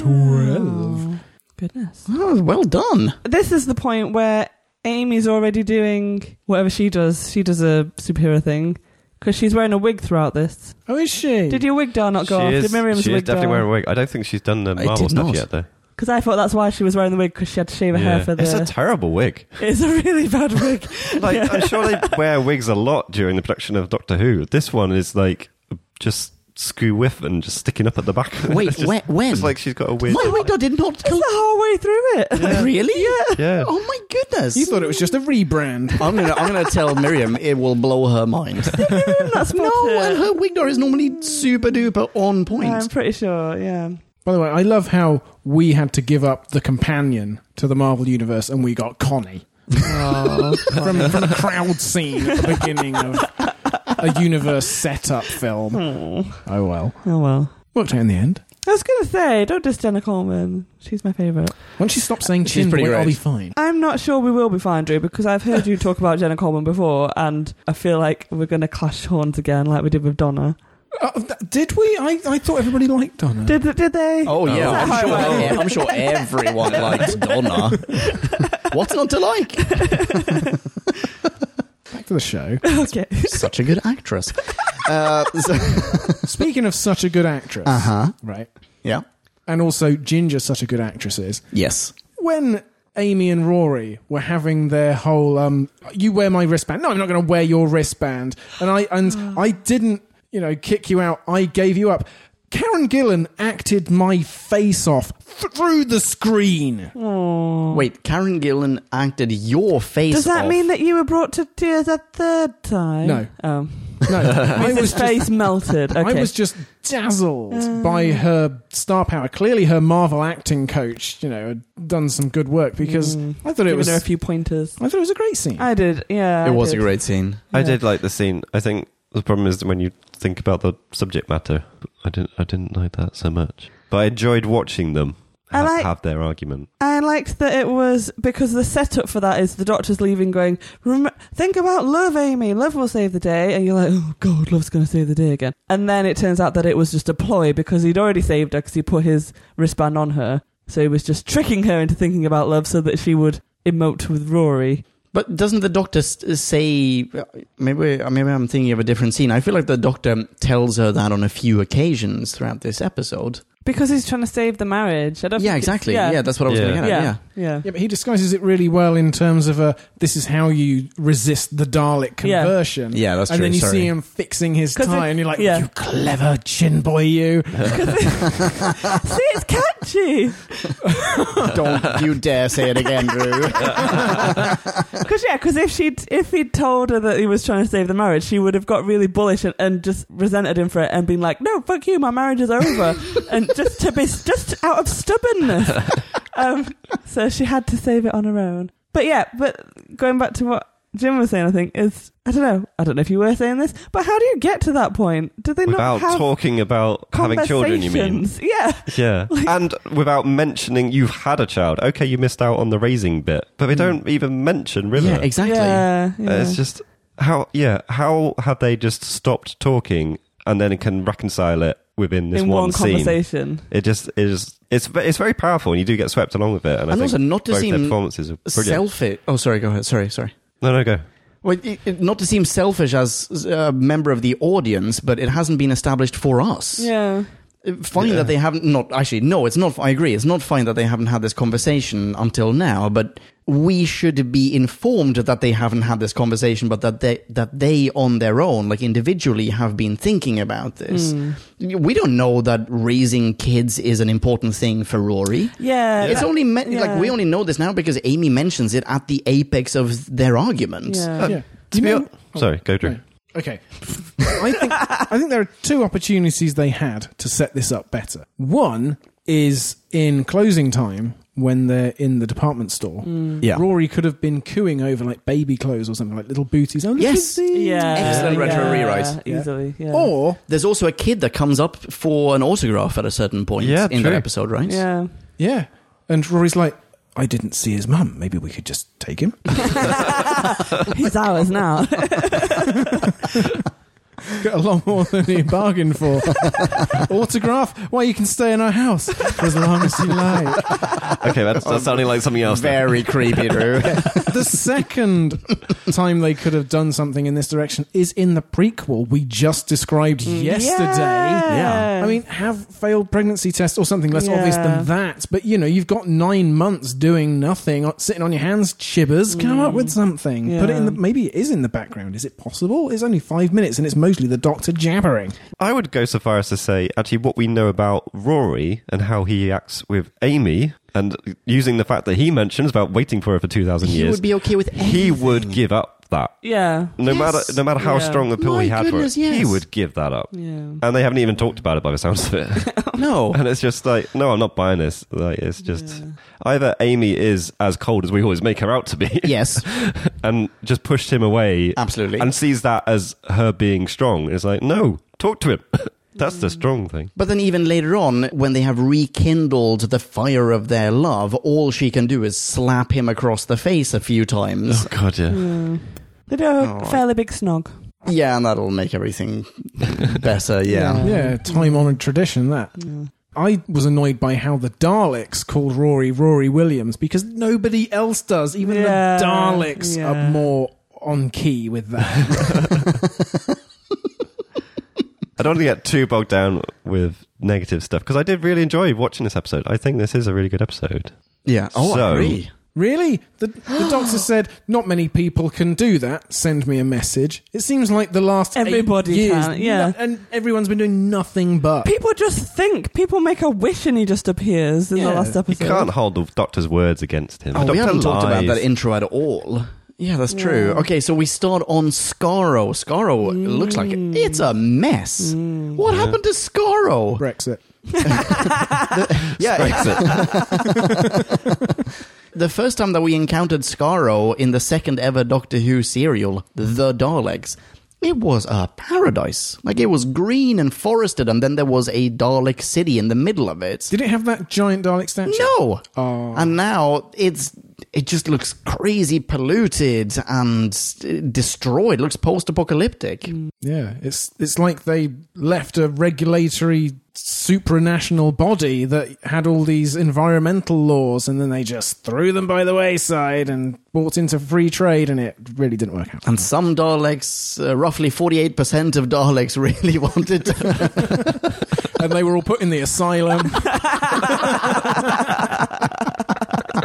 S3: 2012.
S1: Oh, goodness.
S2: Oh, well
S4: [LAUGHS]
S2: done.
S1: This is the point where Amy's already doing whatever she does. She does a superhero thing because she's wearing a wig throughout this.
S3: Oh, is she?
S1: Did your wig down not go
S4: she
S1: off?
S4: is,
S1: Did Miriam's
S4: she is
S1: wig
S4: definitely
S1: go
S4: wearing a wig. I don't think she's done the
S2: I
S4: Marvel
S2: did
S4: stuff
S2: not.
S4: yet though.
S1: Because I thought that's why she was wearing the wig because she had to shave her hair
S4: Yeah.
S1: for the.
S4: It's a terrible wig.
S1: [LAUGHS] It's a really bad wig.
S4: [LAUGHS] Like I'm sure they wear wigs a lot during the production of Doctor Who. This one is like just screw with and just sticking up at the back.
S2: Wait,
S4: [LAUGHS] It's just-
S2: whe- when?
S4: It's like she's got a weird.
S2: My wig did not
S1: It's
S2: go.
S1: the whole way through it. [LAUGHS]
S2: Really? Yeah.
S4: Yeah.
S2: Oh my goodness.
S3: you thought it was just a rebrand?
S2: I'm gonna I'm gonna tell Miriam it will blow her
S1: [LAUGHS]
S2: mind.
S1: That's uh,
S4: [LAUGHS]
S2: no, and her wig door is normally super duper on point.
S1: Um, I'm pretty sure. Yeah.
S3: By the way, I love how we had to give up the companion to the Marvel Universe and we got Connie. from, from a crowd scene at the beginning of a universe setup film. Oh well.
S1: Oh well.
S3: Worked out in the end.
S1: I was gonna say, don't diss Jenna Coleman. She's my favourite.
S3: Once you stop saying
S2: She's
S3: chin,
S2: pretty
S3: wait, I'll
S2: great.
S3: be fine.
S1: I'm not sure we will be fine, Drew, because I've heard you talk about Jenna Coleman before, and I feel like we're gonna clash horns again, like we did with Donna.
S3: Uh, th- did we? I, I thought everybody liked Donna.
S1: Did did they?
S2: Oh yeah,
S1: Is that
S2: I'm
S1: how it
S2: sure.
S1: works?
S2: I'm sure everyone likes Donna. What's not to like?
S3: Back to the show.
S1: [LAUGHS] Okay.
S2: Such a good actress. Uh, so,
S3: Speaking of such a good actress,
S2: uh-huh.
S3: right?
S2: Yeah.
S3: And also Ginger, such a good actress is.
S2: Yes.
S3: When Amy and Rory were having their whole um, you wear my wristband. No, I'm not going to wear your wristband. And I and I didn't, you know, kick you out. I gave you up. Karen Gillan acted my face off th- through the screen.
S2: Wait, Karen Gillan acted your face.
S1: Does that
S2: off.
S1: mean that you were brought to tears a third time?
S3: No.
S1: Oh. [LAUGHS]
S3: No, I
S1: His
S3: was just
S1: face melted. Okay.
S3: [LAUGHS] I was just dazzled by her star power. Clearly, her Marvel acting coach, you know, had done some good work because I thought it
S1: giving
S3: was.
S1: her a
S3: I
S1: few pointers.
S3: thought it was a great scene.
S1: I did, yeah.
S2: It
S1: I
S2: was a
S1: did.
S2: great scene.
S4: I
S1: Yeah.
S4: did like the scene. I think the problem is when you think about the subject matter. I didn't. I didn't like that so much, but I enjoyed watching them
S1: I
S4: have,
S1: like-
S4: have their argument.
S1: I liked that it was because the setup for that is the doctor's leaving, going, Rem- "Think about love, Amy. Love will save the day." And you're like, "Oh God, love's going to save the day again." And then it turns out that it was just a ploy because he'd already saved her because he put his wristband on her, so he was just tricking her into thinking about love so that she would emote with Rory.
S2: But doesn't the doctor st- say? uh, Maybe, maybe I'm thinking of a different scene. I feel like the doctor tells her that on a few occasions throughout this episode.
S1: Because he's trying to save the marriage. I don't
S2: Yeah,
S1: think it's-
S2: exactly. Yeah. that's what I was
S4: Yeah.
S2: going to
S1: yeah,
S2: get at. Yeah.
S1: yeah, yeah.
S3: yeah, but he disguises it really well in terms of a this is how you resist the Dalek
S1: Yeah.
S3: conversion.
S2: Yeah, that's
S3: and
S2: true,
S3: then you
S2: sorry.
S3: see him fixing his
S1: 'Cause
S3: tie,
S1: it-
S3: and you're like,
S1: yeah.
S3: "You clever chin boy, you!"
S1: [LAUGHS] See, it's catchy.
S2: Don't you dare say it again, [LAUGHS] Drew.
S1: Because yeah, because if she if he'd told her that he was trying to save the marriage, she would have got really bullish and, and just resented him for it and been like, "No, fuck you, my marriage is
S2: [LAUGHS]
S1: over," and just to be just out of stubbornness. um, so she had to save it on her own. But yeah, but going back to what Jim was saying, I think is I don't know, I don't know if you were saying this, but how do you get to that point? Do they not
S4: Without
S1: have
S4: talking about having children, you mean?
S1: conversations? Yeah, [LAUGHS]
S4: Yeah, and without mentioning you've had a child. Okay, you missed out on the raising bit, but they don't even mention really.
S2: yeah, exactly.
S1: Mm. yeah,
S4: Uh,
S1: yeah.
S4: It's just how yeah how have they just stopped talking and then can reconcile it within this
S1: in
S4: one,
S1: one
S4: scene?
S1: conversation.
S4: It just is it's ve- it's very powerful and you do get swept along with it. And, I
S2: And
S4: think
S2: also not to
S4: both their
S2: seem
S4: performances are brilliant.
S2: Selfish. Oh, sorry. Go ahead. Sorry. Sorry.
S4: no, no, go.
S2: Well, it, it- not to seem selfish as a member of the audience, but it hasn't been established for us.
S1: Yeah.
S2: Fine
S4: Yeah.
S2: that they haven't. Not actually. No, it's not. I agree. It's not fine that they haven't had this conversation until now. But we should be informed that they haven't had this conversation, but that they that they on their own, like individually, have been thinking about this.
S1: Hmm.
S2: We don't know that raising kids is an important thing for Rory.
S1: Yeah,
S2: It's
S1: that-
S2: only me- like
S1: Uh, yeah.
S2: we only know this now because Amy mentions it at the apex of their argument.
S1: Yeah.
S3: yeah.
S4: To be hon- sorry, go Drew.
S3: No. Okay. I think I think there are two opportunities they had to set this up better. One is in closing time when they're in the department store.
S1: Mm.
S2: Yeah.
S3: Rory could have been cooing over like baby clothes or something like little booties. Oh, look
S2: Yes.
S3: at these.
S1: Yeah.
S2: Excellent retro rewrite.
S1: Yeah, Oh. Easily. Yeah.
S3: Or
S2: There's also a kid that comes up for an autograph at a certain point
S4: Yeah,
S2: in that
S4: true.
S2: episode,
S1: [LAUGHS]
S2: right?
S1: yeah.
S3: yeah, and Rory's like, I didn't see his mum. Maybe we could just take him.
S1: He's ours now.
S3: Got a lot more than he bargained for. Autograph? Why you can stay in our house for as long as you like.
S4: [LAUGHS] Okay, that's, that's sounding like something else. then.
S2: [LAUGHS] Very creepy,
S4: [LAUGHS]
S2: Drew.
S3: [LAUGHS] the second time they could have done something in this direction is in the prequel we just described yesterday.
S1: Mm. Yeah.
S3: I mean, have failed pregnancy tests or something less obvious
S1: Yeah.
S3: than that. But you know, you've got nine months doing nothing, uh, sitting on your hands, chibbers. Come up with something. Put it in the.
S1: Mm. Yeah.
S3: Maybe it is in the background. Is it possible? It's only five minutes, and it's mostly the doctor jabbering.
S4: I would go so far as to say actually what we know about Rory and how he acts with Amy, and using the fact that he mentions about waiting for her for two thousand
S2: he
S4: years,
S2: would be okay with
S4: he would give up that.
S1: [LAUGHS] Yeah.
S4: No
S2: Yes.
S4: matter no matter how
S1: Yeah.
S4: strong the pill
S2: My
S4: he had
S2: goodness,
S4: for it, he
S2: yes.
S4: would give that up.
S1: Yeah.
S4: And they haven't even talked about it by the sounds
S2: [LAUGHS]
S4: of it.
S2: No.
S4: and it's just like, no, I'm not buying this. Like it's just either Amy is as cold as we always make her out to be.
S2: yes.
S4: [LAUGHS] and just pushed him away
S2: Absolutely.
S4: and sees that as her being strong. It's like, no, talk to him. [LAUGHS] That's the strong thing.
S2: But then, even later on, when they have rekindled the fire of their love, all she can do is slap him across the face a few times.
S4: Oh, God,
S2: Mm.
S4: yeah.
S1: They do have a
S2: Alright.
S1: fairly big snog.
S2: Yeah, and that'll make
S4: [LAUGHS]
S2: everything better. Yeah.
S3: Yeah, time honored tradition that. I was annoyed by how the Daleks called Rory Rory Williams because nobody else does. Even
S1: Yeah,
S3: the Daleks
S1: yeah.
S3: are more on key with that. [LAUGHS]
S4: I don't want to get too bogged down with negative stuff because I did really enjoy watching this episode. I think this is a really good episode.
S2: Yeah. Oh,
S4: So-
S2: I agree.
S3: really? The, the doctor said, not many people can do that. Send me a message. It seems like the last eight
S1: Everybody
S3: years,
S1: can, yeah.
S3: no- and everyone's been doing nothing but.
S1: People just think. People make a wish and he just appears in the
S3: Yeah.
S1: last
S4: You
S1: episode.
S4: can't hold the doctor's words against him. The
S2: Oh, we
S4: doctor
S2: haven't talked about
S4: lies.
S2: that intro at all. Yeah, that's true. Okay, so we start on Scaro. Scaro looks like it's a mess. What happened to Scaro?
S3: Brexit.
S2: Yeah,
S4: Brexit.
S2: The first time that we encountered Scarro in the second ever Doctor Who serial, The Daleks, it was a paradise. Like it was green and forested, and then there was a Dalek city in the middle of it.
S3: Did it have that giant Dalek statue?
S2: No, and now it's it just looks crazy, polluted, and uh, destroyed. Looks post-apocalyptic.
S3: Yeah, it's it's like they left a regulatory supranational body that had all these environmental laws, and then they just threw them by the wayside and bought into free trade, and it really didn't work out.
S2: And some Daleks, uh, roughly forty-eight percent of Daleks, [LAUGHS] really wanted to
S3: and they were all put in the asylum.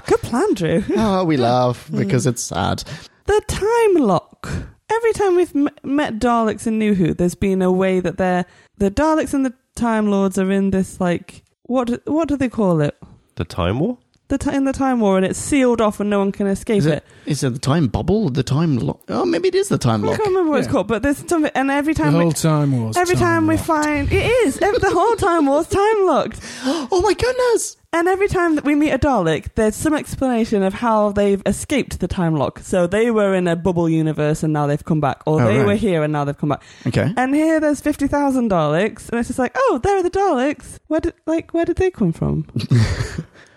S1: Good plan, Drew.
S2: oh, we laugh because it's sad.
S1: The time lock. Every time we've m- met Daleks in New Who, there's been a way that they're the Daleks and the Time Lords are in this like what do, what do they call it?
S4: the Time War?
S1: The ti- in the Time War, and it's sealed off and no one can escape
S2: Is
S1: it.
S2: it, is it the time bubble? The time lock? Oh, maybe it is the time
S1: I
S2: lock.
S1: can't remember what it's
S3: Yeah.
S1: called, but there's something. And every
S3: the
S1: time,
S3: whole
S1: we,
S3: time was
S1: every time we
S3: lost.
S1: find it is ev- the whole time war's time locked.
S2: Oh my goodness!
S1: And every time that we meet a Dalek, there's some explanation of how they've escaped the time lock. So they were in a bubble universe and now they've come back, or
S2: Oh,
S1: they
S2: right.
S1: were here and now they've come back.
S2: Okay.
S1: And here there's fifty thousand Daleks, and it's just like, oh, there are the Daleks. Where did like where did they come from?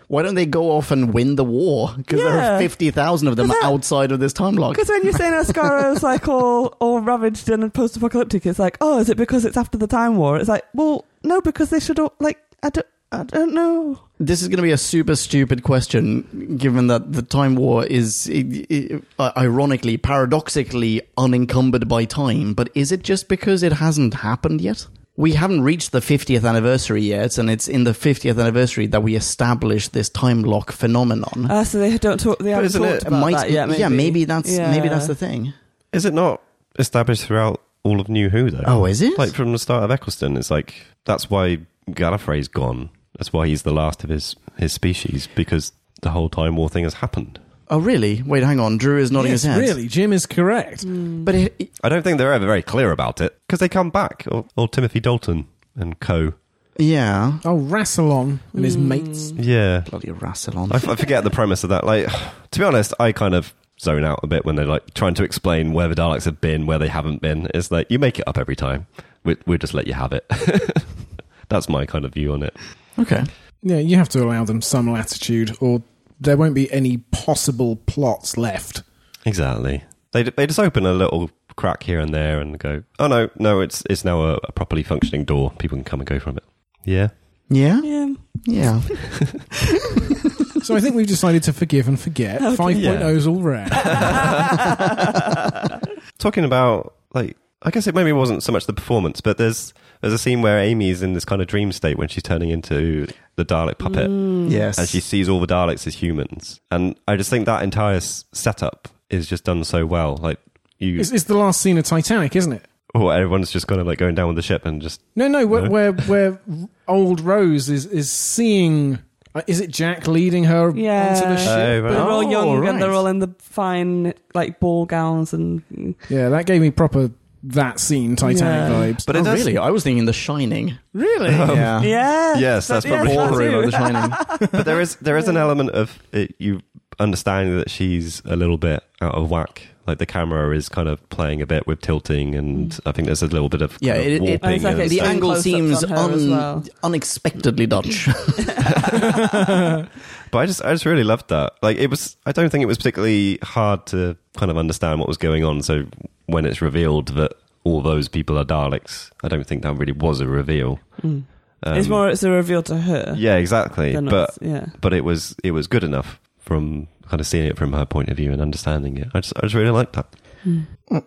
S2: Why don't they go off and win the war? Because there are
S1: Yeah.
S2: 50,000 of
S1: Is
S2: them
S1: that-
S2: outside of this time lock.
S1: Because when you're saying Oscaro's like all all ravaged and post-apocalyptic, it's like, oh, is it because it's after the time war? It's like, well, no, because they should all like I don't I don't know.
S2: This is going to be a super stupid question, given that the time war is i- i- uh, ironically, paradoxically unencumbered by time. But is it just because it hasn't happened yet? We haven't reached the 50th anniversary yet, and it's in the 50th anniversary that we establish this time lock phenomenon.
S1: Uh, so they don't talk. They haven't
S4: isn't
S1: talked
S4: it-
S1: about that yet. Maybe.
S2: yeah, maybe that's maybe that's the thing.
S4: Is it not established throughout all of New Who, though?
S2: Oh, is it?
S4: Like from the start of Eccleston, it's like that's why Gallifrey's gone. That's why he's the last of his his species because the whole Time War thing has happened.
S2: Oh, really? Wait, hang on. Drew is nodding
S3: Yes,
S2: his head. Mm.
S3: really, Jim is correct.
S1: Mm.
S2: But it, it-
S4: I don't think they're ever very clear about it because they come back, or, or Timothy Dalton and co.
S2: yeah.
S3: Oh, Rassilon and his
S1: Mm.
S3: mates.
S4: Yeah,
S2: Bloody
S4: I,
S2: Rassilon.
S4: f- I forget the premise of that. Like, [SIGHS] to be honest, I kind of zone out a bit when they're like trying to explain where the Daleks have been, where they haven't been. It's like you make it up every time. We we just let you have it. [LAUGHS] That's my kind of view on it.
S2: Okay.
S3: Yeah, you have to allow them some latitude, or there won't be any possible plots left.
S4: Exactly. They they just open a little crack here and there and go. Oh no, no, it's it's now a, a properly functioning door. People can come and go from it. Yeah.
S2: Yeah?
S1: Yeah.
S2: Yeah.
S3: So I think we've decided to forgive and
S1: [LAUGHS]
S3: forget. 5.0 is all rare.
S4: [LAUGHS] Talking about like, I guess it maybe wasn't so much the performance, but there's there's a scene where Amy is in this kind of dream state when she's turning into the Dalek puppet,
S1: Mm.
S2: yes.
S4: and she sees all the Daleks as humans, and I just think that entire s- setup is just done so well. Like you,
S3: It's, it's the last scene of Titanic, isn't it?
S4: or everyone's just kind of like going down with the ship and just
S3: No, no, where where, where old Rose is is seeing Uh, Is it Jack leading her
S1: Yeah.
S3: onto the ship?
S4: Oh, right.
S1: But they're all young
S3: right.
S1: and they're all in the fine like ball gowns and
S3: Yeah, that gave me proper that scene Titanic
S1: Yeah.
S3: vibes.
S4: But
S2: oh,
S4: it does,
S2: really? I was thinking The Shining.
S3: really?
S2: Ah.
S1: yeah.
S4: Yes, that's
S1: yeah,
S4: probably
S1: that
S4: more
S2: Ballroom
S1: too.
S2: of The Shining.
S4: but there is there [LAUGHS] is an element of it, you understanding that she's a little bit out of whack. Like the camera is kind of playing a bit with tilting, and I think there's a little bit of
S2: Yeah,
S4: kind of
S2: it- it-
S4: warping
S1: Oh, it's like
S4: and
S1: it's
S2: the
S4: stuff.
S1: Some
S2: angle
S1: close-ups
S2: seems
S1: on her as
S2: un-
S1: well.
S2: unexpectedly Dutch.
S4: But I just I just really loved that. Like it was I don't think it was particularly hard to kind of understand what was going on. So when it's revealed that all those people are Daleks, I don't think that really was a reveal. Um,
S1: Mm. it's more it's a reveal to her.
S4: Yeah, exactly.
S1: than
S4: But
S1: us, yeah.
S4: but it was it was good enough from kind of seeing it from her point of view and understanding it. I just I just really liked that.
S2: I,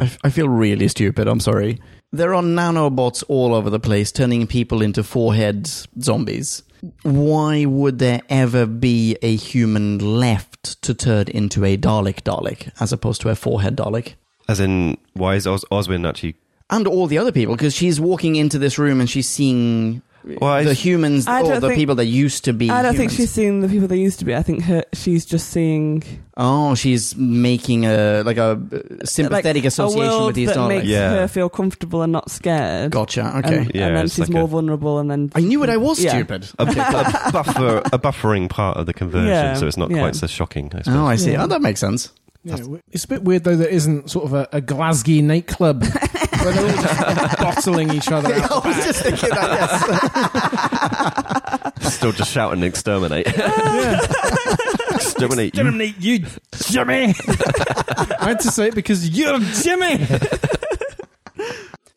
S2: f- I feel really stupid. I'm sorry. There are nanobots all over the place turning people into forehead zombies. Why would there ever be a human left to turn into a Dalek Dalek as opposed to a forehead Dalek?
S4: As in, why is Os- Oswin actually?
S2: And all the other people, because she's walking into this room and she's seeing
S4: Well, I-
S2: the humans
S1: I
S2: or
S1: don't
S2: the
S1: think-
S2: people that used to be.
S1: I don't think
S2: humans.
S1: she's seeing the people they used to be. I think her she's just seeing
S2: Oh, she's making a like a uh, sympathetic
S1: like,
S2: association
S1: a world
S2: with these
S1: that
S2: Daleks.
S1: makes
S4: Yeah.
S1: her feel comfortable and not scared.
S2: Gotcha. Okay.
S1: And,
S4: Yeah,
S1: and then
S4: it's
S1: she's
S4: like
S1: more
S4: a-
S1: vulnerable, and then
S2: I knew it. I was
S1: Yeah.
S2: stupid.
S4: A, bu-
S1: [LAUGHS]
S4: a buffer, a buffering part of the conversion,
S1: Yeah,
S4: so it's not
S1: yeah.
S4: quite so shocking. I suppose.
S2: Oh, I see.
S1: Yeah.
S2: Oh, that makes sense.
S3: Yeah, w- it's a bit weird though. There isn't sort of a, a Glasgow nightclub [LAUGHS]
S2: [LAUGHS]
S3: where they're all just bottling each other. Out.
S2: I was just thinking that, yes.
S4: Still just shout
S1: [LAUGHS]
S4: and exterminate, exterminate. you.
S3: Terminate you, Jimmy. I had to say it because you're Jimmy.
S4: [LAUGHS]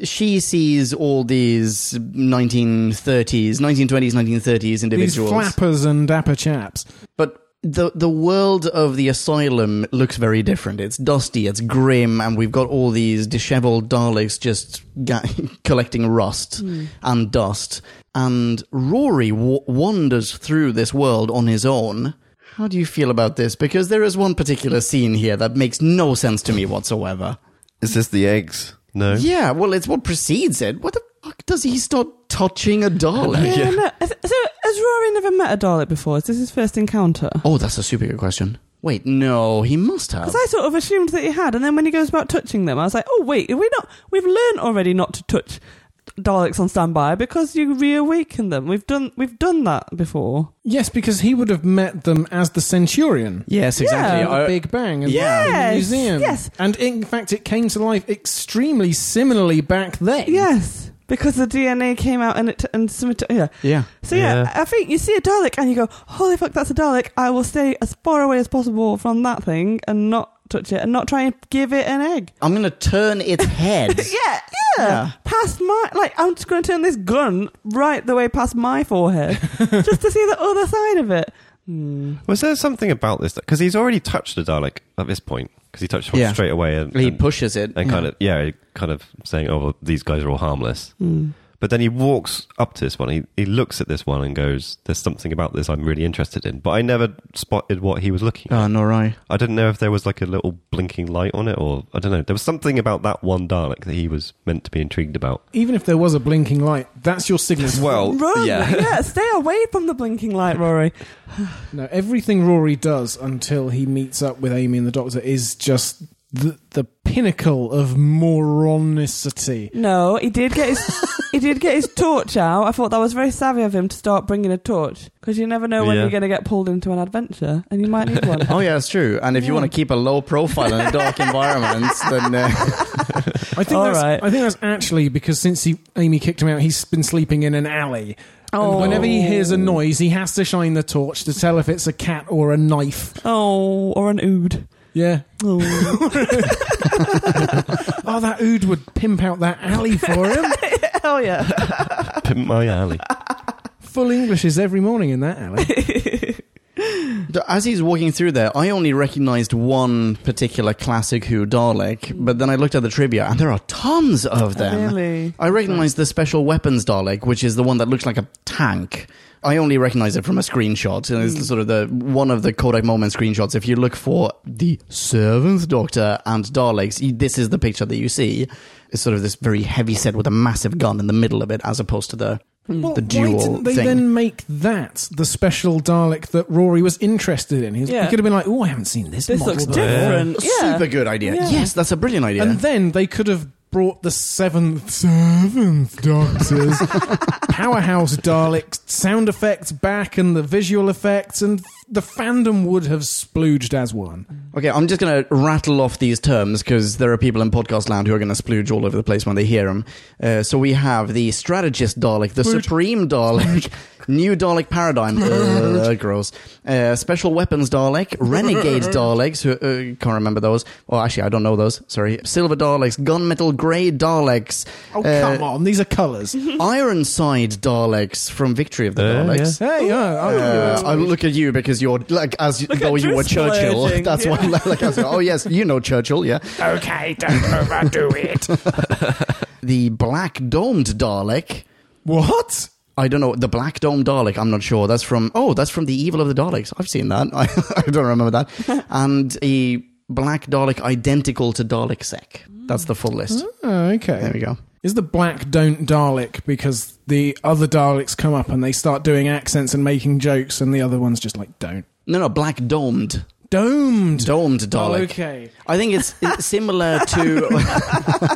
S2: She sees all these 1930s, 1920s, 1930s
S3: These
S2: individuals.
S3: flappers and dapper chaps.
S2: but the, the world of the asylum looks very different. It's dusty, it's grim, and we've got all these disheveled Daleks just ga- [LAUGHS] collecting rust and dust. And Rory w- wanders through this world on his own. How do you feel about this? Because there is one particular scene here that makes no sense to me whatsoever.
S4: Is this the eggs? No.
S2: Yeah, well, it's what precedes it. What the fuck does he start touching a Dalek?
S1: [LAUGHS] Yeah, no. Is- So has Rory never met a Dalek before? Is this his first encounter?
S2: Oh, that's a super good question. Wait, no, he must have.
S1: Because I sort of assumed that he had, and then when he goes about touching them, I was like, oh wait, are we not? We've learned already not to touch Daleks on standby because you reawaken them. We've done we've done that before.
S3: Yes, because he would have met them as the Centurion.
S2: [LAUGHS] Yes, exactly.
S1: Yeah,
S3: The
S2: I-
S3: Big Bang in
S2: Yeah.
S3: the
S1: Yes,
S3: museum.
S1: yes.
S3: And in fact, it came to life extremely similarly back then.
S1: Yes, because the DNA came out and it and some yeah.
S2: yeah.
S1: So yeah,
S4: Yeah.
S1: I think you see a Dalek and you go, "Holy fuck, that's a Dalek! I will stay as far away as possible from that thing and not touch it and not try and give it an egg."
S2: I'm going to turn its head.
S1: Yeah, yeah.
S2: Yeah.
S1: Past my like, I'm just going to turn this gun right the way past my forehead just to see the other side of it. Hmm.
S4: Was there something about this? Because he's already touched a Dalek at this point. Because he touched one
S2: Yeah.
S4: straight away, and,
S2: He
S4: and-
S2: pushes it.
S4: and kind of yeah, kind of saying, "Oh, well, these guys are all harmless." But then he walks up to this one. He he looks at this one and goes, "There's something about this I'm really interested in." But I never spotted what he was looking. at.
S2: Oh, nor I.
S4: I didn't know if there was like a little blinking light on it, or I don't know. There was something about that one Dalek that he was meant to be intrigued about.
S3: [LAUGHS] Even if there was a blinking light, that's
S1: [LAUGHS]
S3: your signal.
S1: Run, yeah. stay away from the blinking light, Rory.
S3: No, everything Rory does until he meets up with Amy and the Doctor is just the, the pinnacle of moronicity.
S1: No, he did get his he did get his torch out. I thought that was very savvy of him to start bringing a torch because you never know when
S4: Yeah.
S1: you're going to get pulled into an adventure and you might need one.
S2: [LAUGHS] Oh, yeah, that's true. And if you want to keep a low profile in a dark environment, then. Uh, [LAUGHS]
S3: I think
S1: All
S3: that's,
S1: right.
S3: I think that's actually because since he, Amy kicked him out, he's been sleeping in an alley.
S1: Oh.
S3: And whenever he hears a noise, he has to shine the torch to tell if it's a cat or a knife.
S1: Oh, or an ood.
S3: Yeah.
S1: Oh.
S3: Oh, that Ood would pimp out that alley for [LAUGHS] him.
S1: [LAUGHS] Hell yeah.
S4: Pimp my alley.
S3: Full English is every morning in that alley.
S2: as he's walking through there, I only recognized one particular classic Who Dalek, but then I looked at the trivia, and there are tons of them.
S1: Really?
S2: I recognize the special weapons Dalek, which is the one that looks like a tank. I only recognize it from a screenshot. And
S3: Hmm.
S2: it's sort of the one of the Kodak moment screenshots. If you look for the Seventh Doctor and Daleks, you- this is the picture that you see. It's sort of this very heavy set with a massive gun in the middle of it, as opposed to the
S3: [LAUGHS] Hmm. Well,
S2: The
S3: why
S2: dual
S3: didn't they
S2: thing.
S3: then make that the special Dalek that Rory was interested in? He, was- he
S1: Yeah.
S3: could have been like, "Oh, I haven't seen this.
S1: This
S3: model
S1: looks
S3: before."
S1: different. Yeah.
S2: Super good idea.
S1: Yeah.
S2: Yes, that's a brilliant idea.
S3: And then they could have brought the seventh, seventh Doctor's [LAUGHS] powerhouse Dalek sound effects back and the visual effects, and the fandom would have splooged as one.
S2: okay, I'm just going to rattle off these terms because there are people in podcast land who are going to splooge all over the place when they hear them. Uh, so we have the strategist Dalek, the supreme Dalek, [LAUGHS] new Dalek paradigm, uh, gross, uh, special weapons Dalek, renegade
S3: [LAUGHS]
S2: Daleks, who uh, can't remember those. Oh, actually, I don't know those. Sorry, silver Daleks, gunmetal grey Daleks,
S3: Oh,
S2: uh,
S3: come on, these
S2: [LAUGHS]
S3: are colours. hey,
S2: Ironside Daleks from Victory of the
S4: Uh,
S2: Daleks.
S4: yeah.
S3: yeah, I
S2: Uh, I look at you because you're like as
S1: Look
S2: though
S1: at
S2: you were
S1: Driscoll
S2: Churchill. [LAUGHS]
S1: aging,
S2: That's
S1: yeah.
S2: why. Like, I was, oh yes, you know Churchill. Yeah,
S3: okay, don't overdo it.
S2: the black domed Dalek.
S3: what?
S2: I don't know the black dome Dalek. I'm not sure. That's from oh, that's from the Evil of the Daleks. I've seen that. [LAUGHS] I, I don't
S1: [LAUGHS]
S2: remember that. And a black Dalek identical to Dalek Sec. That's the full list.
S1: Mm-hmm.
S3: Oh, okay.
S2: There we go.
S3: Is the black don't Dalek because the other Daleks come up and they start doing accents and making jokes, and the other one's just like, don't.
S2: No, no, black domed,
S3: Domed.
S2: domed
S1: Oh,
S2: Dalek.
S3: Okay.
S2: I think it's it's similar to.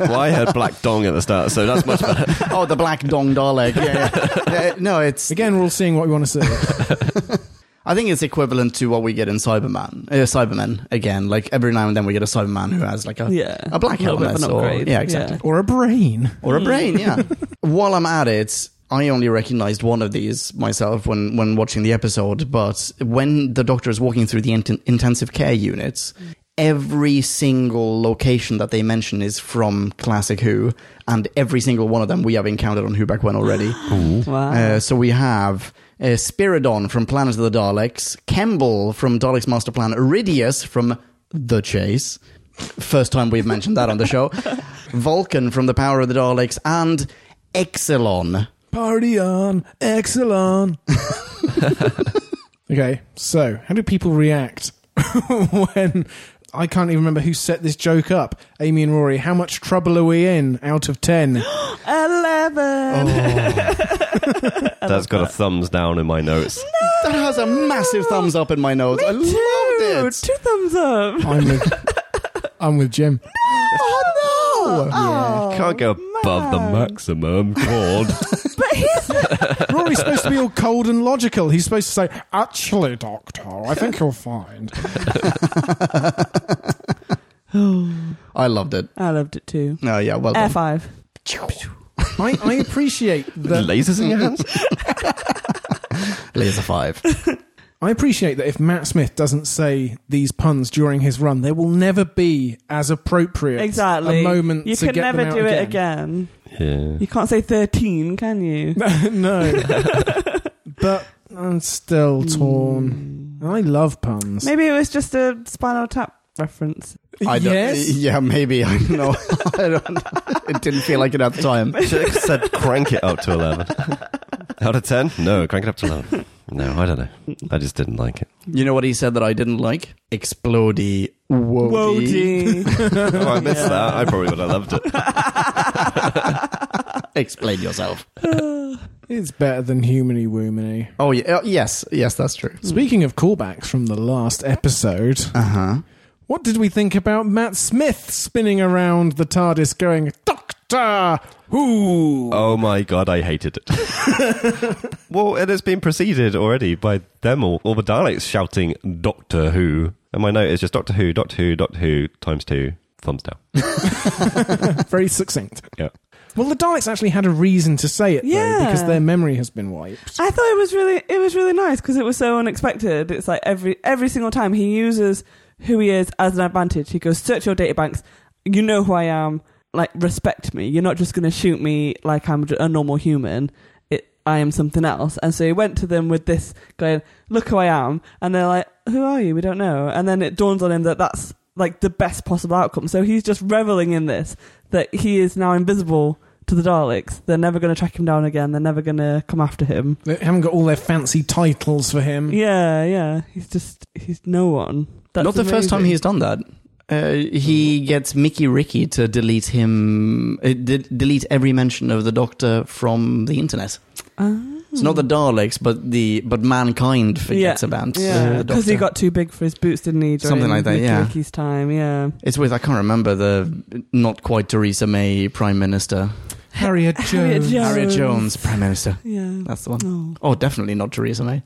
S1: [LAUGHS]
S2: [LAUGHS]
S4: Well, I heard Black Dong at the start, so that's much better.
S2: Oh, the black dong Dalek. Yeah,
S1: [LAUGHS]
S2: yeah. Uh, no, it's.
S3: Again, we're all seeing what we want to see. [LAUGHS]
S2: I think it's equivalent to what we get in Cyberman. Uh, Cybermen again. Like every now and then we get a Cyberman who has like a
S1: Yeah.
S2: a black
S1: Little bit of
S2: helmet.
S1: an
S2: Or,
S1: upgrade.
S2: yeah, exactly.
S1: Yeah.
S3: or a brain.
S2: Or a brain. Yeah. While I'm at it. I only recognized one of these myself when, when watching the episode, but when the doctor is walking through the int- intensive care units, every single location that they mention is from Classic Who, and every single one of them we have encountered on Who Back When already.
S1: Wow.
S2: Uh, so we have uh, Spiridon from Planet of the Daleks, Kemble from Daleks Master Plan, Iridius from The Chase. First time we've mentioned that on the show. Vulcan from The Power of the Daleks, and Exelon.
S3: Party on, Exelon. [LAUGHS] okay, so how do people react [LAUGHS] when I can't even remember who set this joke up? Amy and Rory, how much trouble are we in out of 10?
S1: Eleven.
S4: That's got a thumbs down in my notes.
S2: That has a massive thumbs up in my notes. I
S1: Two.
S2: loved it.
S1: Two thumbs up.
S3: I'm with, I'm with Jim.
S2: Oh, no.
S4: Can't go above the maximum [LAUGHS] chord.
S1: [LAUGHS] But here's the,
S3: Rory's supposed to be all cold and logical. He's supposed to say, actually, Doctor, I think you'll find.
S2: I loved it.
S1: I loved it too.
S2: No, yeah, well
S1: Air
S2: done.
S1: five.
S3: I, I appreciate that
S4: Lasers in your hands?
S2: Laser five.
S3: I appreciate that if Matt Smith doesn't say these puns during his run, there will never be as appropriate
S1: Exactly.
S3: a moment
S1: You
S3: to
S1: can
S3: get
S1: never
S3: them out
S1: do
S3: again.
S1: it again.
S4: Yeah.
S1: You can't say thirteen, can you?
S3: [LAUGHS] no,
S1: [LAUGHS]
S3: but I'm still torn. I love puns.
S1: Hmm. Maybe it was just a Spinal Tap reference.
S2: I don't,
S3: yes,
S2: Yeah, maybe. I don't know. [LAUGHS] I don't know. It didn't feel like it at the time.
S4: Should have said crank it up to 11. [LAUGHS] Out of 10? No, crank it up to 11. No, I don't know. I just didn't [LAUGHS] like it.
S2: You know what he said that I didn't like? Explody. Wody.
S1: Wody.
S4: Oh, I missed that. I probably would have loved it.
S2: Explain yourself.
S3: it's better than humany womany.
S2: Oh, yeah. uh, yes. Yes, that's true.
S3: Hmm. Speaking of callbacks from the last episode,
S2: Uh huh.
S3: what did we think about Matt Smith spinning around the TARDIS, going Doctor Who?
S4: Oh my god, I hated it. well, it [LAUGHS] has been preceded already by them all, all the Daleks shouting Doctor Who. And my note is just Doctor Who, Doctor Who, Doctor Who, times two, thumbs down.
S3: [LAUGHS] Very succinct.
S4: Yeah.
S3: Well, the Daleks actually had a reason to say it though,
S1: Yeah.
S3: because their memory has been wiped.
S1: I thought it was really it was really nice because it was so unexpected. It's like every every single time he uses who he is as an advantage. He goes, search your data banks. You know who I am. Like respect me. You're not just going to shoot me like I'm ju- a normal human. It, I am something else. And so he went to them with this going, look who I am. And they're like, who are you? We don't know. And then it dawns on him that that's like the best possible outcome. So he's just reveling in this that he is now invisible to the Daleks. They're never going to track him down again. They're never going to come after him.
S3: They haven't got all their fancy titles for
S1: Hmm.
S3: him.
S1: Yeah, yeah. He's just he's no one. That's
S2: Not the first time
S1: amazing.
S2: he's done that. Uh, he gets Mickey Ricky to delete him, uh, de- delete every mention of the Doctor from the internet.
S1: Ah.
S2: It's not the Daleks, but the but mankind forgets
S1: yeah.
S2: about uh,
S1: yeah
S2: the
S1: because he
S2: Doctor.
S1: got too big for his boots, didn't he? during
S2: Something like that,
S1: Nicky
S2: yeah.
S1: Ricky's time, yeah.
S2: It's with I can't remember the not quite Theresa May Prime Minister.
S3: Harriet
S1: [LAUGHS]
S3: Jones.
S1: Harriet Jones.
S2: Harriet Jones Prime Minister.
S1: Yeah.
S2: That's the one.
S1: Oh.
S2: Oh, definitely not Theresa May.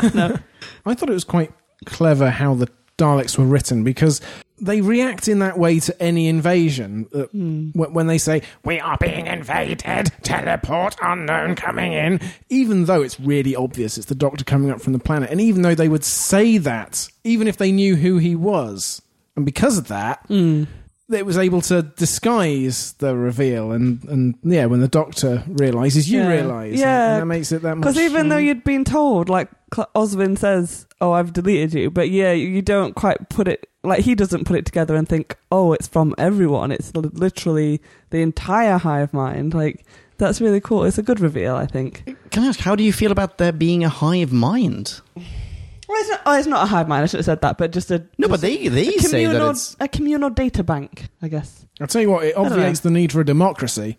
S3: I thought it was quite clever how the Daleks were written because they react in that way to any invasion. Uh,
S1: Hmm.
S3: wh- When they say, We are being invaded, teleport unknown coming in, even though it's really obvious it's the Doctor coming up from the planet, and even though they would say that, even if they knew who he was, and because of
S1: Hmm.
S3: that, it was able to disguise the reveal. And, and yeah, when the Doctor realizes, you
S1: Yeah.
S3: realize. and-
S1: Yeah.
S3: And that makes it that much.
S1: Because even though you'd been told, like Cl- Oswin says, "Oh, I've deleted you," but yeah, you you don't quite put it like he doesn't put it together and think, "Oh, it's from everyone." It's li- literally the entire hive mind. Like that's really cool. It's a good reveal, I think.
S2: Can I ask, how do you feel about there being a hive mind?
S1: Well, it's not, oh, it's not a hive mind. I should have said that, but just a
S2: No, but
S1: just
S2: they they
S1: a
S2: say that
S1: communal
S2: it's
S1: a communal data bank, I guess.
S3: I'll tell you what, it
S1: know.
S3: obviates the need for a democracy.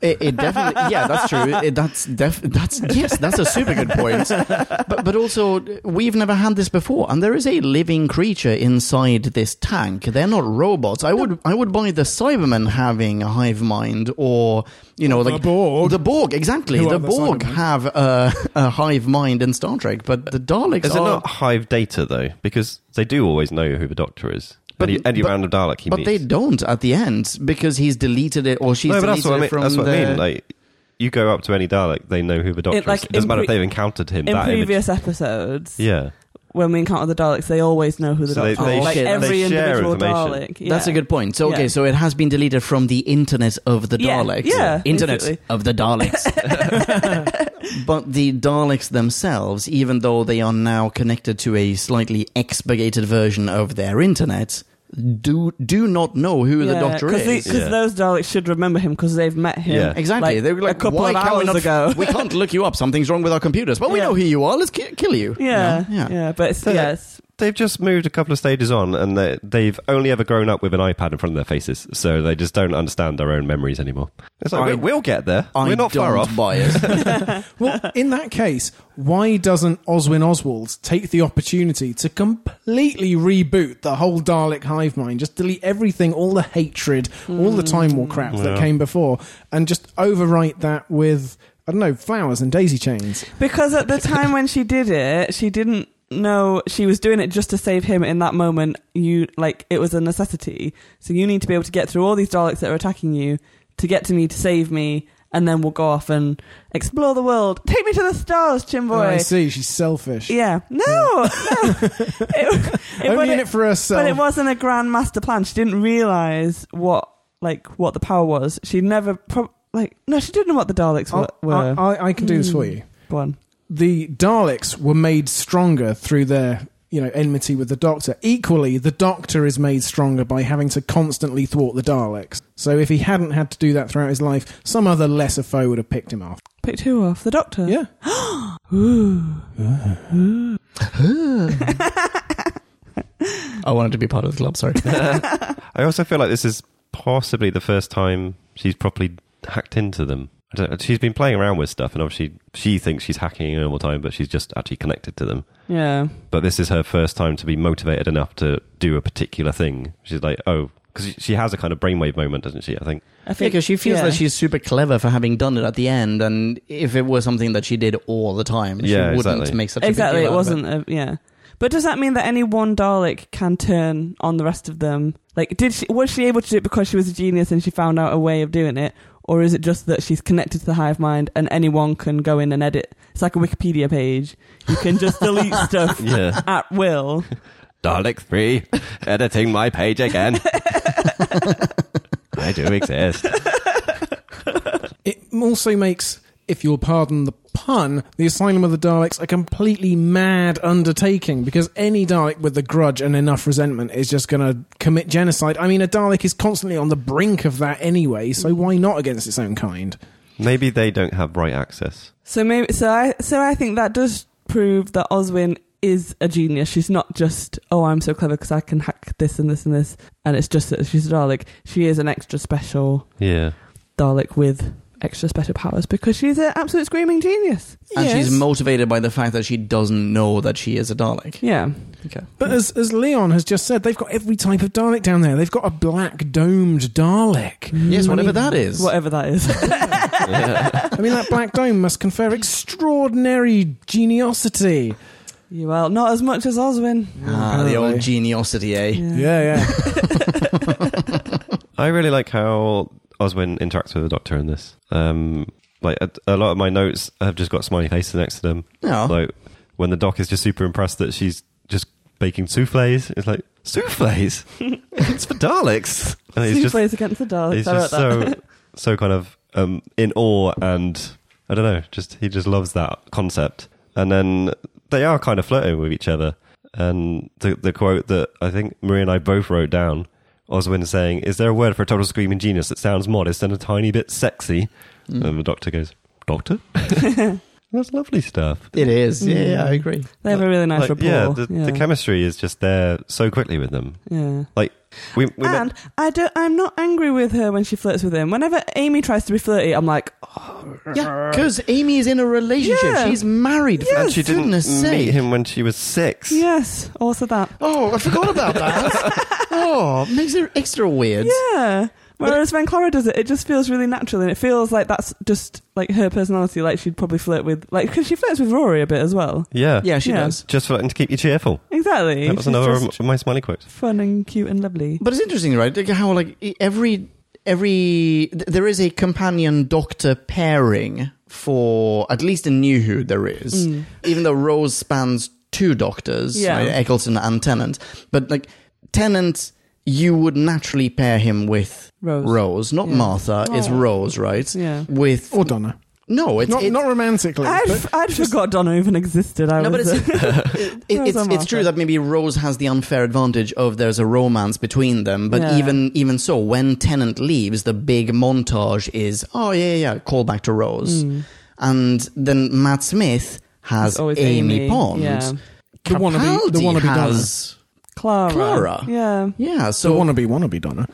S2: it, it [LAUGHS] definitely yeah that's true. It, that's def, that's yes that's a super good point. But but also we've never had this before, and there is a living creature inside this tank. They're not robots. I would I would buy the Cybermen having a hive mind, or you know
S3: The
S2: like
S3: Borg.
S2: The Borg exactly.
S3: Who
S2: the
S3: are the
S2: Borg
S3: Cybermen.
S2: have a, a hive mind in Star Trek, but the Daleks
S4: Is it
S2: are.
S4: not Hive data though? Because they do always know who the Doctor is.
S2: But-
S4: any any
S2: but-
S4: random Dalek he
S2: but
S4: meets.
S2: they don't at the end because he's deleted it or she's
S4: no, but
S2: deleted
S4: that's what I
S2: it
S4: mean.
S2: from
S4: That's what
S2: the.
S4: I mean. Like, you go up to any Dalek, they know who the Doctor
S1: like,
S4: is. It doesn't
S1: in
S4: matter if
S1: pre-
S4: they've encountered him.
S1: In
S4: that
S1: previous episodes,
S4: image. yeah.
S1: when we encounter the Daleks, they always know who the
S4: So they-
S1: Doctor
S2: they
S1: is. Like
S2: share-
S1: every
S4: they share
S1: individual
S4: information.
S1: Dalek.
S2: That's a
S1: yeah.
S2: good point. So okay,
S1: Yeah.
S2: so it has been deleted from the internet of the
S1: Yeah,
S2: Daleks.
S1: yeah,
S2: internet
S1: basically.
S2: of
S1: [LAUGHS]
S2: the Daleks. [LAUGHS] but the Daleks themselves, even though they are now connected to a slightly expurgated version of their internet, do do not know who the Doctor
S1: cause
S2: is.
S1: Because
S4: Yeah.
S1: those Daleks should remember him because they've met him.
S4: Yeah.
S2: Exactly.
S1: Like,
S2: they were like,
S1: a couple
S2: why
S1: of
S2: can't we
S1: hours
S2: not- [LAUGHS]
S1: ago.
S2: we can't look you up. Something's wrong with our computers. But we
S1: Yeah.
S2: know who you are. Let's ki- kill you.
S1: yeah,
S2: You know?
S1: yeah, But it's,
S4: So
S1: yeah,
S4: they-
S1: it's,
S4: They've just moved a couple of stages on, and they, they've only ever grown up with an iPad in front of their faces, so they just don't understand their own memories anymore. It's like
S2: I-
S4: we, we'll get there.
S2: I
S4: We're not
S2: don't
S4: far off. [LAUGHS]
S2: buy it.
S3: Well, in that case, why doesn't Oswin Oswald take the opportunity to completely reboot the whole Dalek hive mind? Just delete everything, all the hatred, all the Time War crap that
S4: Yeah.
S3: came before, and just overwrite that with, I don't know, flowers and daisy chains.
S1: because at the time when she did it, she didn't know she was doing it just to save him in that moment. You like it was a necessity. So you need to be able to get through all these Daleks that are attacking you to get to me to save me. And then we'll go off and explore the world. Take me to the stars, Chimboy.
S3: Oh, I see, she's selfish.
S1: Yeah. No.
S3: [LAUGHS]
S1: no. It, it- but
S3: Only in
S1: it-
S3: it for herself.
S1: But it wasn't a grand master plan. She didn't realize what like what the power was. She never pro- like no, she didn't know what the Daleks
S3: I,
S1: were. were.
S3: I, I can do this for you.
S1: Go on.
S3: the Daleks were made stronger through their you know enmity with the Doctor. Equally, the Doctor is made stronger by having to constantly thwart the Daleks. So if he hadn't had to do that throughout his life, some other lesser foe would have picked him off.
S1: Picked who off? The Doctor.
S3: Yeah,
S1: [GASPS]
S2: [LAUGHS] I wanted to be part of the club. Sorry.
S4: I also feel like this is possibly the first time she's properly hacked into them. I don't know. She's been playing around with stuff, and obviously she thinks she's hacking in all the time, but she's just actually connected to them.
S1: Yeah.
S4: But this is her first time to be motivated enough to do a particular thing. She's like, oh, because she has a kind of brainwave moment, doesn't she? I think.
S1: I
S2: [LAUGHS] Yeah,
S1: think
S2: because she feels
S1: yeah.
S2: that she's super clever for having done it at the end, and if it were something that she did all the time, she
S4: Yeah,
S2: wouldn't
S4: exactly.
S2: make such
S1: exactly. It
S2: a big deal out of
S1: wasn't. A, yeah. But does that mean that any one Dalek can turn on the rest of them? Like, did she was she able to do it because she was a genius and she found out a way of doing it, or is it just that she's connected to the hive mind and anyone can go in and edit? It's like a Wikipedia page. You can just
S2: [LAUGHS]
S1: delete stuff
S4: Yeah.
S1: at will.
S4: [LAUGHS] Dalek [LAUGHS] 3, editing my page [LAUGHS] again. I do exist.
S3: it also makes, if you'll pardon the pun, the Asylum of the Daleks a completely mad undertaking because any Dalek with the grudge and enough resentment is just going to commit genocide. I mean, a Dalek is constantly on the brink of that anyway, so why not against its own kind?
S4: Maybe they don't have right access.
S1: So maybe so I so I think that does prove that Oswin is a genius. She's not just oh I'm so clever because I can hack this and this and this, and it's just that she's a Dalek. She is an extra special
S4: Yeah.
S1: Dalek with extra special powers because she's an absolute screaming genius.
S2: And she's
S3: Yes.
S2: motivated by the fact that she doesn't know that she is a Dalek.
S1: Yeah. Okay.
S3: But as, as Leon has just said, they've got every type of Dalek down there. They've got a black domed Dalek.
S2: Yes,
S3: I
S2: whatever
S3: mean-
S2: that is.
S1: Mm, Whatever that is.
S3: [LAUGHS] I mean, that black dome must confer extraordinary geniosity.
S1: you well, not as much as Oswin.
S2: Ah, the old
S3: Apparently.
S2: geniosity, eh?
S3: Yeah, yeah.
S4: I really like how Oswin interacts with the Doctor in this. Um, like a, a lot of my notes have just got smiley faces next to them.
S2: Oh.
S4: Like when the Doc is just super impressed that she's just baking souffles. It's like souffles. [LAUGHS] it's for Daleks. And he's
S1: Two
S4: just
S1: plays against the Daleks.
S4: he's
S1: I
S4: just
S1: wrote that.
S4: so so kind of um, in awe and I don't know. Just he just loves that concept. And then they are kind of flirting with each other. And the the quote that I think Marie and I both wrote down. Oswin saying, "Is there a word for a total screaming genius that sounds modest and a tiny bit sexy?"
S2: Mm.
S4: And the doctor goes, [LAUGHS] "Doctor, that's lovely stuff."
S2: It is. Mm. Yeah, yeah, I agree.
S1: they have a really nice
S4: Like,
S1: rapport.
S4: yeah, the, the chemistry is just there so quickly with them.
S1: Yeah.
S4: Like we, we met-
S1: and I don't, I'm not angry with her when she flirts with him. Whenever Amy tries to be flirty, I'm like,
S2: Yeah, because Amy is in a relationship.
S1: Yeah.
S2: She's married. For
S4: and she didn't meet
S2: goodness sake.
S4: him when she was six.
S1: yes, also that.
S2: Oh, I forgot about
S4: [LAUGHS]
S2: that. oh, makes it extra weird.
S1: Yeah. Whereas when Clara does it, it just feels really natural, and it feels like that's just like her personality. Like she'd probably flirt with, like, because she flirts with Rory a bit as well.
S4: Yeah.
S2: Yeah, she
S1: Yeah.
S2: does.
S4: Just for to keep you cheerful.
S1: Exactly.
S4: That was
S1: She's
S4: another
S1: just
S4: of my smiley quotes.
S1: fun and cute and lovely.
S2: But it's interesting, right? Like how like e- every every th- there is a companion doctor pairing for at least in New Who there is, even though Rose spans two doctors,
S1: Mm. Yeah.
S2: right? Eccleston and Tennant. But like Tennant, you would naturally pair him with
S1: Rose.
S2: Rose, not
S1: Yeah.
S2: Martha. It's
S1: Aw.
S2: Rose, right?
S1: Yeah.
S2: With
S3: Or Donna.
S2: no, it's
S3: Not,
S2: it's-
S3: not romantically.
S1: I'd,
S3: but
S1: I'd forgot Donna even existed. I
S2: No, but
S1: was,
S2: it's, [LAUGHS] it,
S1: [LAUGHS]
S2: it,
S1: Rose
S2: it's,
S1: and
S2: it's true
S1: Martha.
S2: that maybe Rose has the unfair advantage of there's a romance between them. But
S1: Yeah.
S2: even even so, when Tennant leaves, the big montage is oh yeah yeah, yeah call back to
S1: Hmm.
S2: Rose, and then Matt Smith has
S1: Mm. always
S2: Amy, Pond.
S1: Yeah.
S3: The wannabe- the
S2: Capaldi
S3: wannabe Donna.
S2: has
S1: Clara.
S2: Clara.
S1: Yeah.
S2: yeah.
S3: the
S2: So
S3: wannabe wannabe Donna.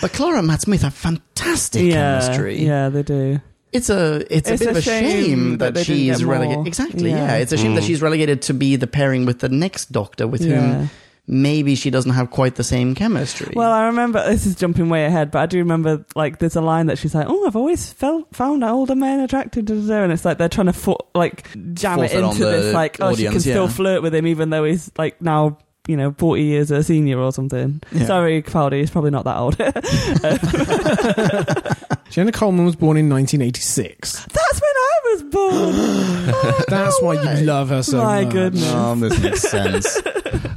S2: but Clara and Matt Smith have fantastic
S1: yeah,
S2: chemistry.
S1: Yeah, they do.
S2: It's a it's, a
S1: It's
S2: bit of a shame, that,
S1: they didn't
S2: she's
S1: get
S2: relegated.
S1: more.
S2: Exactly. Yeah.
S1: Yeah.
S2: it's a shame
S3: Hmm.
S2: that
S4: Mm.
S2: she's relegated to be the pairing with the next Doctor, with
S1: Yeah.
S2: whom maybe she doesn't have quite the same chemistry.
S1: Well, I remember this is jumping way ahead, but I do remember like there's a line that she's like, "Oh, I've always felt found older men attractive," da, da, da," and it's like they're trying to fo- like jam
S2: Force
S1: it
S2: it on
S1: into
S2: the
S1: this like, "Oh, she can
S2: audience,
S1: still
S2: yeah.
S1: flirt with him even though he's like now." You know, forty years a senior or something.
S2: Yeah.
S1: Sorry, Capaldi, he's probably not that old. [LAUGHS]
S3: Jenna Coleman was born in 1986.
S1: That's when I was
S2: [GASPS]
S1: born. Oh,
S3: That's
S1: no
S3: why
S1: way.
S3: you love her so
S1: My
S3: much.
S1: goodness.
S2: No, this
S1: [LAUGHS]
S2: makes sense.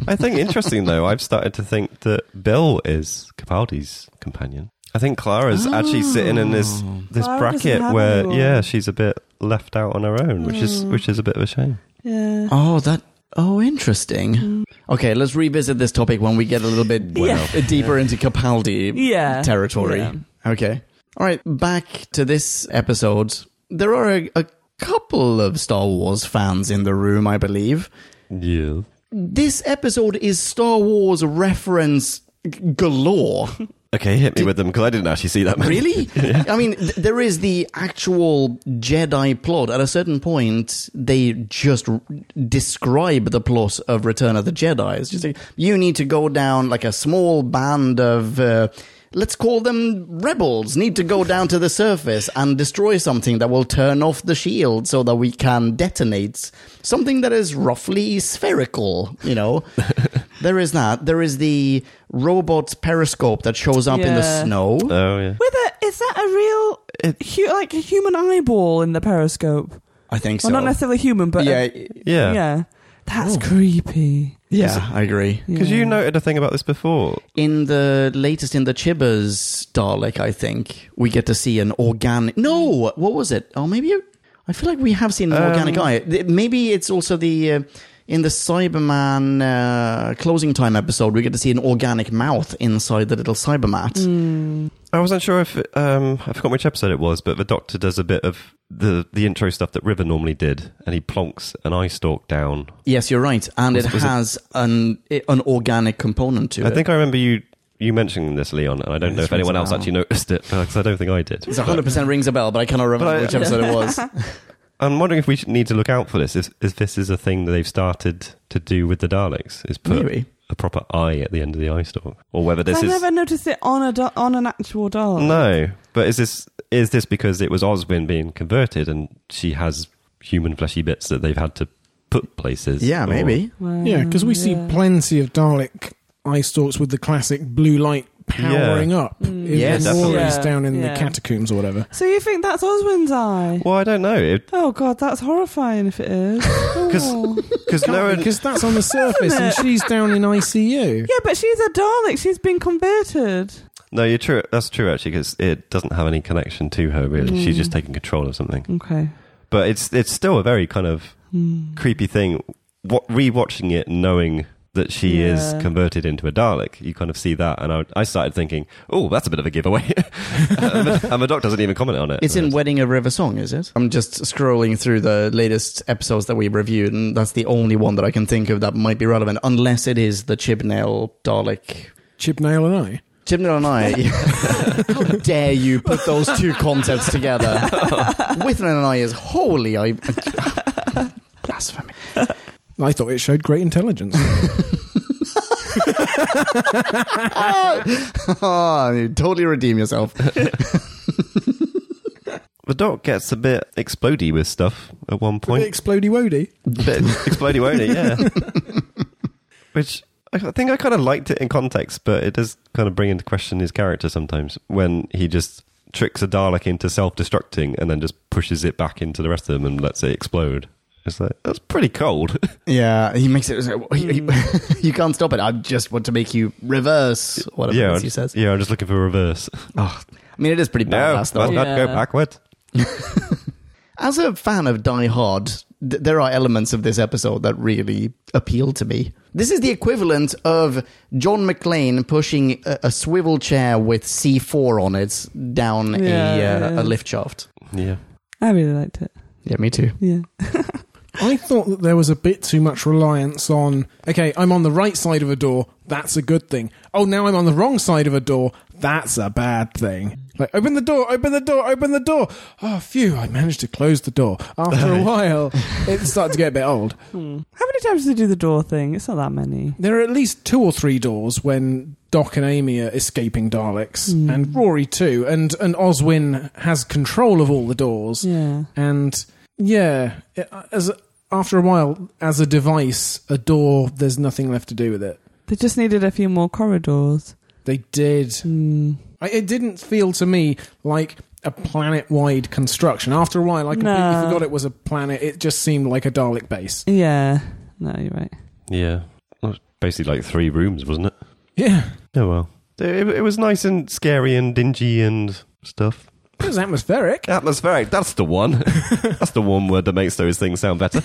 S4: I think interesting though, I've started to think that Bill is Capaldi's companion. I think Clara's actually
S2: Oh.
S4: sitting in this this
S1: Oh. Clara doesn't
S4: bracket
S1: have
S4: where
S1: anyone. Hmm.
S4: yeah, she's a bit left out on her own, which is which is a bit of a shame.
S1: Yeah.
S2: oh, that. Oh, interesting. Okay, let's revisit this topic when we get a little
S1: [LAUGHS]
S2: bit
S1: Yeah.
S2: [LAUGHS] deeper into Capaldi
S1: Yeah.
S2: territory.
S1: Yeah.
S2: Okay. All right, back to this episode. There are a, a couple of Star Wars fans in the room, I believe.
S4: Yeah.
S2: This episode is Star Wars reference g- galore.
S4: Okay, hit me with them because I didn't actually see that. many.
S2: Really? I mean, th- there is the actual Jedi plot. At a certain point, they just r- describe the plot of Return of the Jedi. It's just like, you need to go down like a small band of. Uh, Let's call them rebels. Need to go down to the surface and destroy something that will turn off the shield so that we can detonate something that is roughly spherical, you know? there is that. There is the robot periscope that shows up in the
S1: Yeah.
S2: snow.
S4: Oh yeah.
S1: With a, is that a real, hu- like a human eyeball in the periscope?
S2: I think so.
S1: Well, not necessarily human, but uh,
S2: yeah,
S1: yeah,
S4: Yeah.
S1: yeah. That's creepy.
S2: yeah, I agree.
S4: Because
S1: Yeah.
S4: you noted a thing about this before.
S2: In the latest in the Chibbers Dalek, I think we get to see an organic. No, what was it? Oh, maybe you- I feel like we have seen an
S4: Um,
S2: organic eye. Th- Maybe it's also the uh, in the Cyberman uh, closing time episode. We get to see an organic mouth inside the little Cybermat.
S1: Mm. Hmm.
S4: I wasn't sure if um, I forgot which episode it was, but the Doctor does a bit of the the intro stuff that River normally did, and he plonks an eye stalk down.
S2: Yes, you're right, and
S4: Was-
S2: it
S4: was it-
S2: has an an organic component to
S4: I
S2: it.
S4: think I remember you you mentioning this, Leon, and I don't
S3: Yeah,
S4: know
S3: this
S4: if anyone
S3: rings a
S4: else
S3: bell.
S4: actually noticed it [LAUGHS] because I don't think I did.
S2: It's 100% rings a bell, but I cannot remember
S4: But I-
S2: which episode it was.
S4: I'm wondering if we should need to look out for this. If, if this is a thing that they've started to do with the Daleks, is put
S2: Maybe.
S4: a proper I at the end of the eye stalk, or whether this
S1: I've
S4: is
S1: never noticed it on a do- on an actual doll.
S4: no. But is this is this because it was Oswin being converted and she has human fleshy bits that they've had to put places?
S2: Yeah,
S4: or-
S2: maybe.
S1: Well,
S3: Yeah, because we see
S1: yeah.
S3: plenty of Dalek eye stalks with the classic blue light powering up in
S2: Yeah,
S3: the
S2: definitely.
S3: walls
S1: Yeah,
S3: down in
S1: yeah.
S3: the catacombs or whatever.
S1: So you think that's Oswin's eye?
S4: Well, I don't know. It,
S1: Oh god, that's horrifying if it is.
S4: [LAUGHS] 'Cause-
S1: Oh.
S4: Because no one,
S3: Because that's on the surface and she's down in ICU.
S1: yeah, but she's a Dalek. She's been converted.
S4: no, you're true. That's true actually, because it doesn't have any connection to her really. She's
S2: Mm.
S4: just taking control of something.
S1: Okay. Hmm.
S4: But it's it's still a very kind of creepy thing. What rewatching it, knowing that she is
S1: Yeah.
S4: converted into a Dalek, you kind of see that, and I, I started thinking, oh, that's a bit of a giveaway. [LAUGHS] and the- and the doc doesn't even comment on it.
S2: It's in Wedding of River Song, is it? I'm just scrolling through the latest episodes that we reviewed, and that's the only one that I can think of that might be relevant, unless it is the Chibnall Dalek.
S3: Chip Nail and I.
S2: Chibnall and I. [LAUGHS] How dare you put those two concepts [LAUGHS] together? Withnail and I is holy. I. [LAUGHS] Blasphemy.
S3: I thought it showed great intelligence.
S2: Ah, you totally redeem yourself.
S4: the doc gets a bit explodey with stuff at one point.
S3: Explody Wody.
S4: bit explodey, won't it? Yeah. [LAUGHS] Which I think I kind of liked it in context, but it does kind of bring into question his character sometimes when he just tricks a Dalek into self-destructing and then just pushes it back into the rest of them and lets it explode. It's like that's pretty cold.
S2: Yeah, he makes it. he- [LAUGHS] he- you can't stop it. I just want to make you reverse. Whatever it
S4: yeah,
S2: is
S4: I'm,
S2: he says.
S4: yeah. I'm just looking for a reverse.
S2: Oh, I mean, it is pretty
S4: no,
S2: badass,
S4: must
S2: though.
S4: not go
S1: Yeah.
S4: backward.
S2: As a fan of Die Hard, th- there are elements of this episode that really appeal to me. This is the equivalent of John McClane pushing a, a swivel chair with C4 on it down
S1: Yeah,
S2: a, uh,
S1: yeah.
S2: a lift shaft.
S4: Yeah,
S1: I really liked it.
S2: Yeah, me too.
S1: Yeah.
S3: I thought that there was a bit too much reliance on, okay, I'm on the right side of a door, that's a good thing. Oh, now I'm on the wrong side of a door, that's a bad thing. Like, open the door, open the door, open the door. Oh, phew, I managed to close the door. After a while, it started to get a bit old.
S1: How many times did they do the door thing? It's not that many.
S3: There are at least two or three doors when Doc and Amy are escaping Daleks, and Rory too, and, and Oswin has control of all the doors.
S1: Yeah.
S3: and yeah, it- as after a while, as a device, a door, there's nothing left to do with it.
S1: They just needed a few more corridors.
S3: They did.
S1: Mm.
S3: I, it didn't feel to me like a planet-wide construction. After a while, I completely
S1: No.
S3: forgot it was a planet. It just seemed like a Dalek base.
S1: Yeah. No, you're right.
S4: yeah. It was basically like three rooms, wasn't it?
S3: Yeah,
S4: Oh well. It, it was nice and scary and dingy and stuff.
S3: it was atmospheric.
S4: Atmospheric. That's the one. that's the one word that makes those things sound better.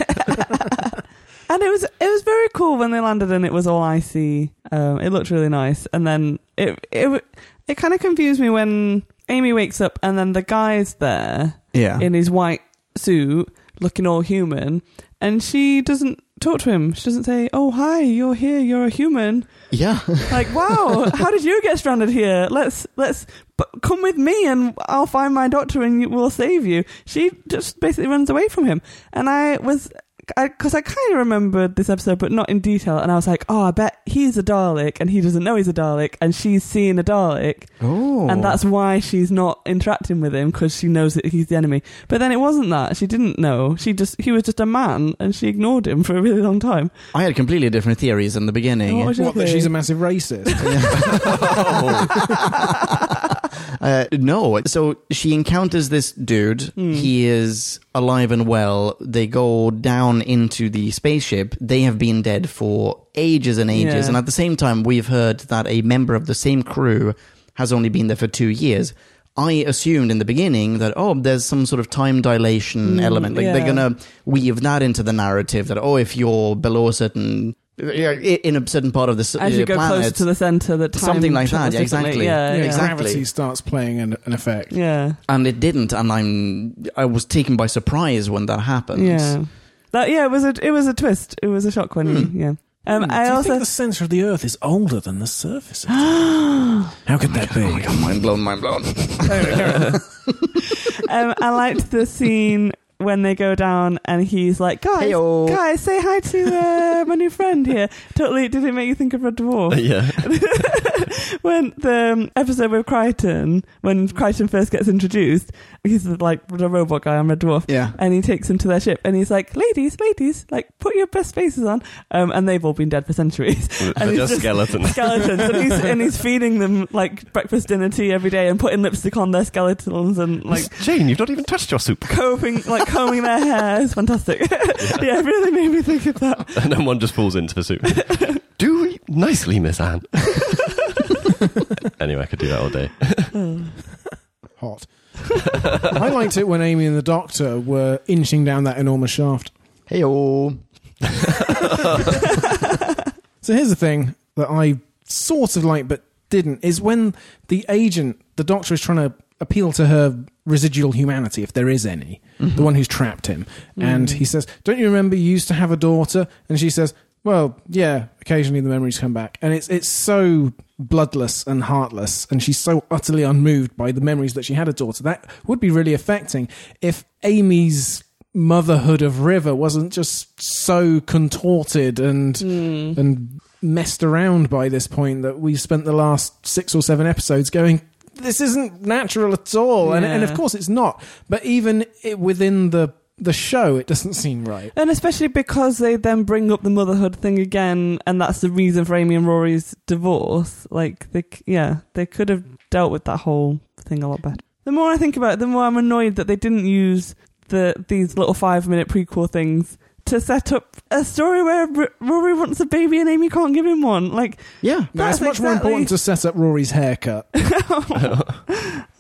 S1: And it was it was very cool when they landed and it was all icy. Um, it looked really nice. And then it it it kind of confused me when Amy wakes up and then the guy's there
S2: Yeah.
S1: in his white suit, looking all human, and she doesn't talk to him. She doesn't say, "Oh hi, you're here. You're a human."
S2: yeah.
S1: Like, wow, how did you get stranded here? Let's let's b- come with me, and I'll find my doctor, and you- we'll save you. She just basically runs away from him, and I was. Because I, kind of remembered this episode, but not in detail, and I was like, "Oh, I bet he's a Dalek, and he doesn't know he's a Dalek, and she's seeing a Dalek,
S2: Oh.
S1: and that's why she's not interacting with him because she knows that he's the enemy. But then it wasn't that she didn't know. She just he was just a man, and she ignored him for a really long time.
S2: I had completely different theories in the
S1: What
S2: beginning.
S1: was your
S3: What? That
S1: theory?
S3: she's a massive racist.
S2: Uh, no. So she encounters this dude.
S1: Hmm.
S2: He is alive and well. They go down into the spaceship. They have been dead for ages and ages.
S1: Yeah.
S2: And at the same time, we've heard that a member of the same crew has only been there for two years. I assumed in the beginning that, oh, there's some sort of time dilation element. Like they're
S1: Hmm, yeah.
S2: going to weave that into the narrative that, oh, if you're below a certain. yeah, i- In a certain part of the s-
S1: As you
S2: uh,
S1: go
S2: planet,
S1: closer to the center, that time
S2: Something like
S1: travels
S2: that, yeah,
S1: differently.
S2: exactly.
S1: Yeah,
S3: yeah,
S1: yeah,
S2: exactly.
S3: Gravity starts playing an, an effect.
S1: Yeah,
S2: and it didn't and i'm i was taken by surprise when that happened
S1: yeah. That yeah, it was a it was a twist. It was a shock when
S2: Hmm.
S1: yeah. Um, I
S3: Do you
S1: also
S3: think the centre of the Earth is older than the surface? Of the Earth? How could that be? [LAUGHS]
S2: Mind blown, mind blown.
S1: [GASPS] um, I liked the scene when they go down and he's like, guys,
S2: Heyo.
S1: guys, say hi to uh, my new friend here. [LAUGHS] Totally, did it make you think of Red Dwarf?
S4: [LAUGHS] yeah.
S1: when the um, episode with Crichton, when Crichton first gets introduced, he's like the robot guy on Red Dwarf.
S2: Yeah.
S1: And he takes them to their ship and he's like, ladies, ladies, like, put your best faces on. Um, and they've all been dead for centuries. And
S4: They're
S1: he's
S4: just
S1: just-
S4: skeletons.
S1: skeletons. and, he's, and he's feeding them like breakfast, dinner, tea every day and putting lipstick on their skeletons and [LAUGHS]
S4: [LAUGHS]
S1: like
S4: Jane, you've not even touched
S1: [LAUGHS]
S4: your soup.
S1: combing like combing their hair is fantastic. [LAUGHS] yeah. it really made me think of that.
S4: And then one just falls into the soup. do we nicely, Miss Anne. [LAUGHS] anyway, I could do that all day.
S3: Hot. I liked it when Amy and the Doctor were inching down that enormous shaft.
S2: Hey, oh.
S3: So here's the thing that I sort of like but didn't is when the agent, the doctor, is trying to appeal to her residual humanity, if there is any,
S2: Mm-hmm.
S3: the one who's trapped him. And he says, Don't you remember you used to have a daughter? And she says, Well, yeah, occasionally the memories come back. And it's it's so bloodless and heartless, and she's so utterly unmoved by the memories that she had a daughter. That would be really affecting if Amy's motherhood of River wasn't just so contorted and Hmm. and messed around by this point that we've spent the last six or seven episodes going this isn't natural at all and, and of
S1: Yeah.
S3: course it's not but even it, within the the show it doesn't seem right
S1: And especially because they then bring up the motherhood thing again, and that's the reason for Amy and Rory's divorce. Like, they, c- yeah, they could have dealt with that whole thing a lot better. The more I think about it, the more I'm annoyed that they didn't use the these little five minute prequel things to set up a story where R- Rory wants a baby and Amy can't give him one. Like,
S2: Yeah.
S3: Now, it's
S1: That's
S3: much more
S1: exactly-
S3: important to set up Rory's haircut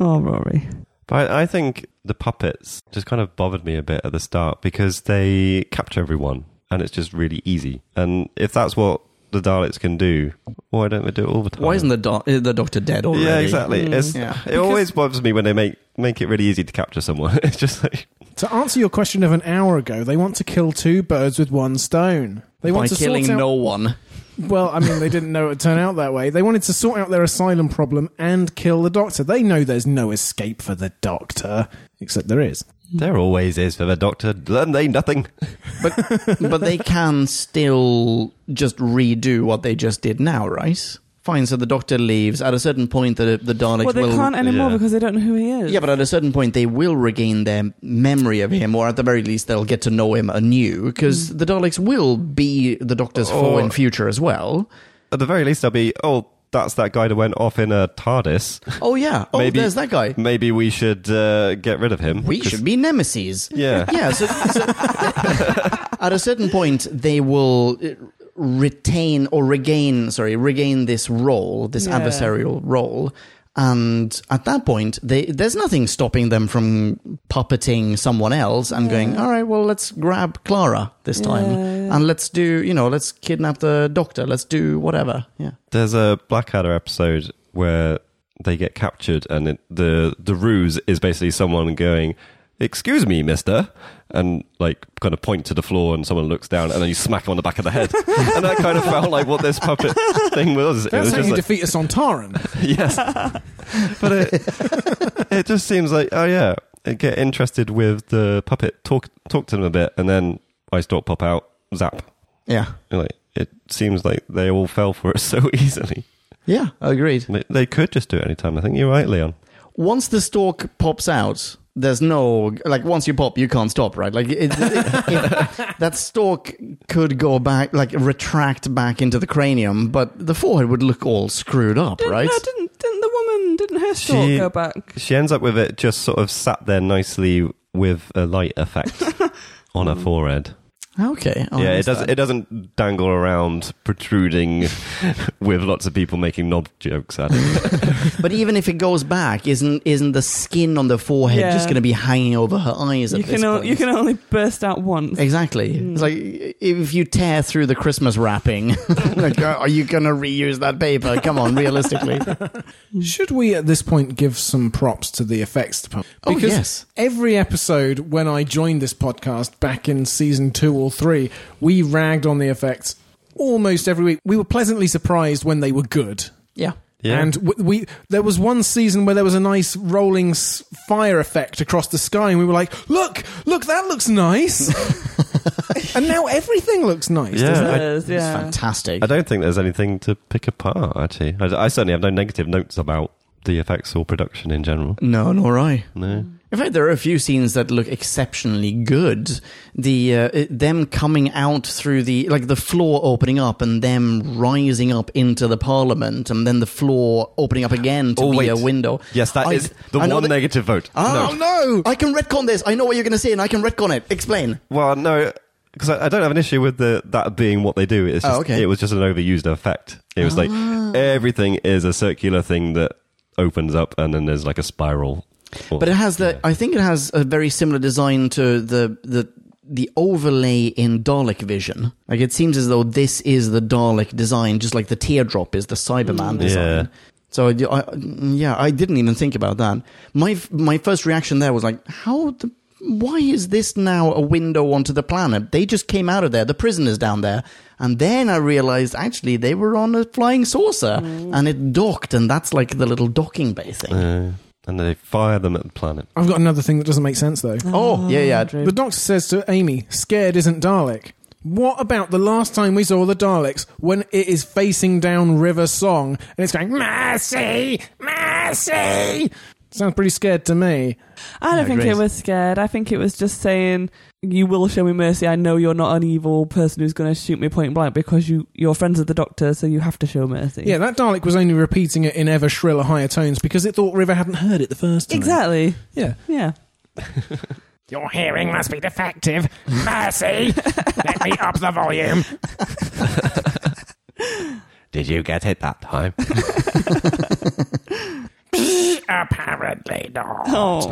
S1: oh, Rory.
S4: But I, I think the puppets just kind of bothered me a bit at the start because they capture everyone and it's just really easy. And if that's what the Daleks can do, why don't they do it all the time?
S2: Why isn't the, doc- uh, the doctor dead already?
S4: Yeah, exactly. It's,
S2: Yeah.
S4: It always bothers me when they make make it really easy to capture someone. [LAUGHS] It's just like
S3: to answer your question of an hour ago they want to kill two birds with one stone they
S2: By
S3: want to
S2: killing
S3: sort out
S2: no
S3: [LAUGHS]
S2: one.
S3: Well, I mean, they didn't know it would turn out that way. They wanted to sort out their asylum problem and kill the doctor. They know there's no escape for the doctor, except there is.
S4: there always is for the doctor. Learn they nothing.
S2: But, but they can still just redo what they just did now, right? Fine, so the doctor leaves. At a certain point, the, the Daleks
S1: Well, they
S2: will.
S1: can't anymore
S4: yeah.
S1: because they don't know who he is.
S2: Yeah, but at a certain point, they will regain their memory of him, or at the very least, they'll get to know him anew, because the Daleks will be the Doctor's foe
S4: Or-
S2: in future as well.
S4: At the very least, I'll be oh. That's that guy that went off in a TARDIS.
S2: Oh, yeah. Oh,
S4: Maybe-
S2: there's that guy.
S4: Maybe we should uh, get rid of him.
S2: We should be nemesis.
S4: Yeah.
S2: [LAUGHS] Yeah. So, so at a certain point, they will uh, retain or regain, sorry, regain this role, this
S1: Yeah.
S2: adversarial role. And at that point, they, there's nothing stopping them from puppeting someone else and going, all right, well, let's grab Clara this time
S1: Yeah.
S2: and let's do, you know, let's kidnap the doctor. Let's do whatever. Yeah.
S4: There's a Blackadder episode where they get captured, and it, the the ruse is basically someone going, "Excuse me, Mister," and like kind of point to the floor, and someone looks down, and then you smack him on the back of the head, [LAUGHS] and that kind of felt like what this puppet thing was. It
S3: That's
S4: was
S3: how you
S4: like,
S3: defeat a Sontaran.
S4: [LAUGHS] yes, but it it just seems like oh yeah, I get interested with the puppet, talk talk to them a bit, and then I stalk pop out, zap.
S2: Yeah.
S4: Like it seems like they all fell for it [LAUGHS] so easily.
S2: Yeah. Agreed.
S4: They- They could just do it anytime. I think you're right, Leon.
S2: once the stalk pops out there's no like once you pop you can't stop right like it, it, it- [LAUGHS] that stalk could go back like retract back into the cranium but the forehead would look all screwed up
S1: Didn't,
S2: right
S1: No, didn't, didn't the woman, didn't her stalk
S4: She-
S1: go back?
S4: She ends up with it just sort of sat there nicely with a light effect on her forehead.
S2: okay I'll
S4: yeah, it
S2: miss
S4: does.
S2: that.
S4: It doesn't dangle around protruding [LAUGHS] with lots of people making knob jokes at it.
S2: but even if it goes back isn't isn't the skin on the forehead
S1: Yeah.
S2: just going to be hanging over her eyes at
S1: You
S2: this
S1: can, o-
S2: point?
S1: you can Hmm. only burst out once.
S2: Exactly. It's like if you tear through the Christmas wrapping, [LAUGHS] like, are you going to reuse that paper? Come on,
S1: [LAUGHS]
S2: realistically.
S3: [LAUGHS] Should we at this point give some props to the effects department?
S2: Oh,
S3: Because
S2: yes.
S3: every episode when I joined this podcast back in season two or three, we ragged on the effects almost every week. We were pleasantly surprised when they were good.
S2: Yeah.
S4: Yeah.
S3: And w- we there was one season where there was a nice rolling s- fire effect across the sky, and we were like, "Look, look, that looks
S4: [LAUGHS]
S3: nice." and now everything looks nice.
S4: Yeah.
S3: doesn't it?
S4: I-
S1: There's,
S2: It's
S1: yeah.
S2: fantastic.
S4: [LAUGHS] I don't think there's anything to pick apart, actually. I, I certainly have no negative notes about the effects or production in general.
S2: No, nor I.
S4: No.
S2: Hmm. In fact, there are a few scenes that look exceptionally good. The uh, it- them coming out through the like the floor opening up and them rising up into the parliament, and then the floor opening up again to
S4: Oh,
S2: be
S4: wait.
S2: a window.
S4: Yes, that
S2: I-
S4: is the
S2: I know
S4: one
S2: that-
S4: negative vote.
S2: Oh
S4: No.
S2: no! I can retcon this. I know what you're going to say, and I can retcon it. Explain.
S4: Well, no, because I, I don't have an issue with the that being what they do. It's
S2: Oh,
S4: just,
S2: okay. Ah.
S4: It was just an overused effect. It was like everything is a circular thing that opens up and then there's like a spiral. Or-
S2: But it has the. I think it has a very similar design to the the the overlay in Dalek Vision. Like it seems as though this is the Dalek design, just like the teardrop is the Cyberman
S4: Yeah.
S2: design. So I, I- yeah, I didn't even think about that. My f- my first reaction there was like, how the. Why is this now a window onto the planet? They just came out of there, the prisoners down there. And then I realized actually they were on a flying saucer and it docked, and that's like the little docking bay thing.
S4: Uh, and they fire them at the planet.
S3: I've got another thing that doesn't make sense though.
S2: oh, yeah, yeah.
S3: The doctor says to Amy, "Scared isn't Dalek." What about the last time we saw the Daleks when it is facing down River Song and it's going mercy, mercy? Sounds pretty scared to me.
S1: I don't
S2: Yeah,
S1: think
S2: Grace.
S1: it was scared. I think it was just saying, "You will show me mercy. I know you're not an evil person who's going to shoot me point blank because you you're friends with the doctor, so you have to show mercy."
S3: Yeah, that Dalek was only repeating it in ever shriller, higher tones because it thought River hadn't heard it the first time.
S1: exactly.
S3: Yeah.
S1: Yeah.
S5: Your hearing must be defective. Mercy! Let me up the volume.
S4: Did you get it that time?
S5: Apparently not.
S1: Oh,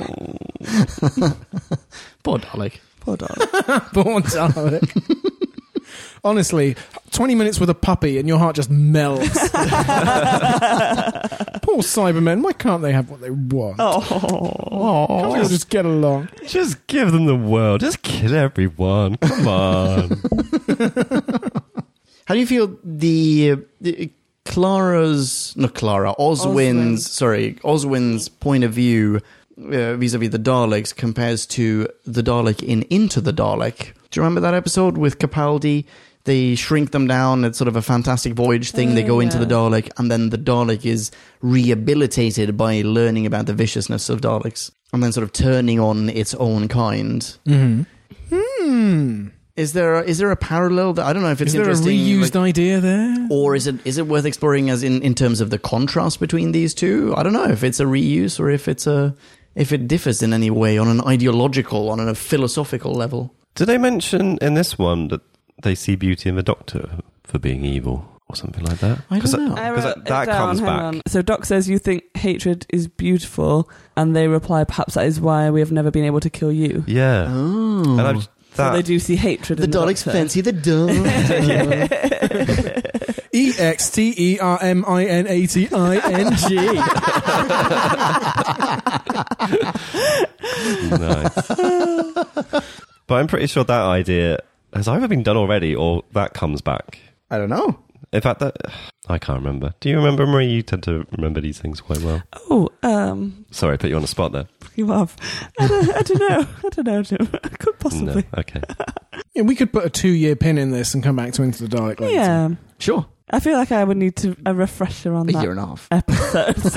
S2: Poor Dalek.
S1: poor dog.
S3: [LAUGHS] Poor Dalek. Honestly, 20 minutes with a puppy and your heart just melts. [LAUGHS] Poor Cybermen, why can't they have what they want?
S1: Oh,
S3: Can't they just get along?
S4: [LAUGHS] Just give them the world. Just kill everyone. Come
S2: [LAUGHS]
S4: on.
S2: How do you feel the, uh, the Clara's not Clara
S1: Oswin.
S2: Oswin's sorry Oswin's point of view uh, vis-a-vis the Daleks compares to the Dalek in Into the Dalek? Do you remember that episode with Capaldi? They shrink them down. It's sort of a fantastic voyage thing. they
S1: Oh,
S2: go into
S1: yeah.
S2: the Dalek, and then the Dalek is rehabilitated by learning about the viciousness of Daleks, and then sort of turning on its own kind.
S3: Mm-hmm. Hmm.
S2: Is there a, is there a parallel? That I don't know if it's
S3: Is there a
S2: interesting. like-
S3: reused idea there?
S2: or is it is it worth exploring as in in terms of the contrast between these two i don't know if it's a reuse or if it's a if it differs in any way on an ideological on a philosophical level
S4: Did they mention in this one that they see beauty in the doctor for being evil or something like that?
S2: i
S4: 'Cause
S2: don't
S1: [LAUGHS]
S2: know
S1: I
S4: 'Cause
S1: wrote
S4: that-
S1: it
S4: that
S1: down,
S4: comes
S1: hang
S4: back.
S1: on. So Doc says you think hatred is beautiful, and they reply, "Perhaps that is why we have never been able to kill you."
S4: Yeah.
S2: oh.
S4: And I was-
S1: So they
S4: that,
S1: do see hatred.
S2: the
S1: in the
S2: daleks
S1: Doctor.
S2: fancy [LAUGHS] the
S4: [LAUGHS]
S2: Dalek.
S3: E X T E R M I N A T I N G.
S4: nice. but I'm pretty sure that idea has either been done already or that comes back.
S2: [LAUGHS] i don't know
S4: In fact, that I can't remember. Do you remember, Marie? You tend to remember these things quite well.
S1: [LAUGHS] Oh, um,
S4: Sorry, I put you on the spot there.
S1: you have. I don't, I don't know. I don't know, Jim. [LAUGHS] I could
S4: No.
S1: possibly.
S4: Okay.
S3: Yeah, we could put a two-year pin in this and come back to Into the Dalek later.
S1: Yeah,
S2: sure
S1: I feel like I would need to a refresher on
S2: a
S1: that.
S2: year and a half
S1: episodes.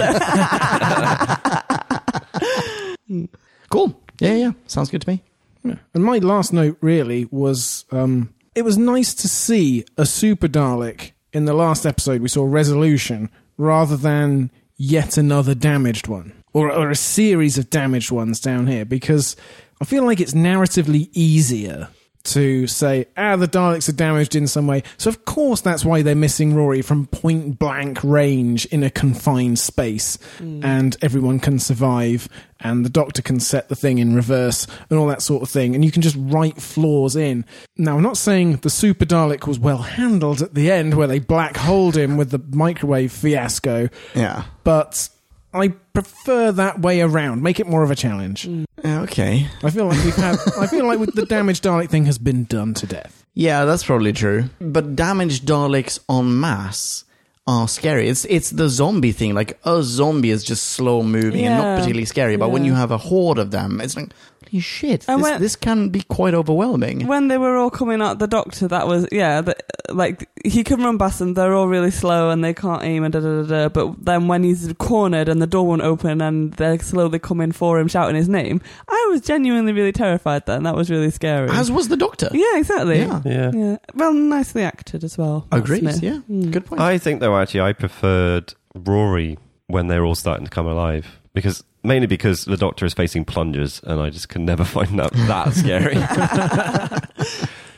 S2: cool yeah yeah sounds good to me
S3: Yeah. And my last note really was um, it was nice to see a super Dalek in the last episode. We saw resolution rather than yet another damaged one or, or a series of damaged ones down here because I feel like it's narratively easier to say, ah, the Daleks are damaged in some way. So, of course, that's why they're missing Rory from point blank range in a confined space. And everyone can survive, and the doctor can set the thing in reverse, and all that sort of thing. And you can just write flaws in. Now, I'm not saying the Super Dalek was well handled at the end, where they black holed him with the microwave fiasco,
S2: yeah
S3: but. I prefer that way around. Make it more of a challenge.
S2: okay
S3: I feel like we've had. I feel like with the damage Dalek thing has been done to death.
S2: Yeah, that's probably true. But damaged Daleks en masse are scary. It's it's the zombie thing. Like a zombie is just slow moving and
S1: Yeah.
S2: not particularly scary. But when
S1: Yeah.
S2: you have a horde of them, it's like holy shit.
S1: And
S2: This,
S1: when-
S2: this can be quite overwhelming.
S1: When they were all coming out, the doctor, that was, yeah, the, like, he can run past them, they're all really slow and they can't aim and da da da da. But then when he's cornered and the door won't open and they're slowly coming for him shouting his name, I was genuinely really terrified then. That was really scary.
S2: As was the Doctor.
S1: yeah, exactly.
S2: Yeah.
S4: Yeah.
S1: Yeah. Well, nicely acted as well. Matt
S2: Agreed.
S1: Smith.
S2: Yeah.
S1: Mm.
S2: Good point.
S4: I think though actually I preferred Rory when they're all starting to come alive because mainly because the Doctor is facing plungers and I just can never [LAUGHS] find that that scary.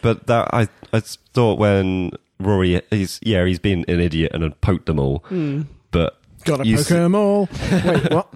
S4: but that I I thought when Rory he's yeah he's been an idiot and had poked them all, but
S3: Gotta
S4: You
S3: poke
S4: see-
S3: 'em all. [LAUGHS] Wait, what?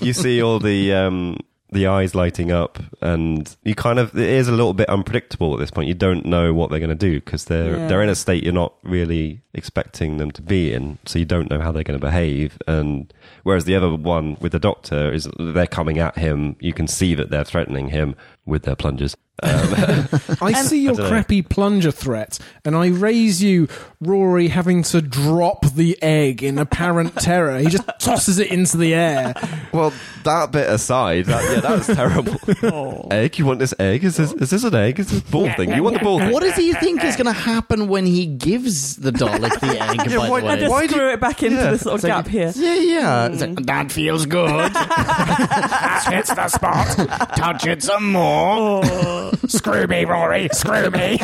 S4: you see all the um the eyes lighting up and you kind of it is a little bit unpredictable at this point you don't know what they're going to do because they're
S1: Yeah.
S4: they're in a state you're not really expecting them to be in so you don't know how they're going to behave and whereas the other one with the doctor is they're coming at him you can see that they're threatening him with their plunges
S3: I see your
S4: dunno.
S3: crappy plunger threat, and I raise you, Rory, having to drop the egg in apparent terror. He just tosses it into the air.
S4: well that bit aside that, yeah
S2: [LAUGHS]
S4: that's terrible
S2: Oh.
S4: egg you want this egg is this, is this an egg is this ball thing you want the ball thing
S2: What does he think is going to happen when he gives the Dalek the egg?
S4: Yeah,
S2: by
S4: why-
S2: the
S1: I
S2: way?
S1: just
S4: Why do-
S1: screw it back into
S4: Yeah.
S1: this little
S2: It's like-
S1: gap here.
S2: Yeah, yeah. It's like, that feels good.
S5: That hits the spot. Touch it some more. screw me, Rory. Screw me.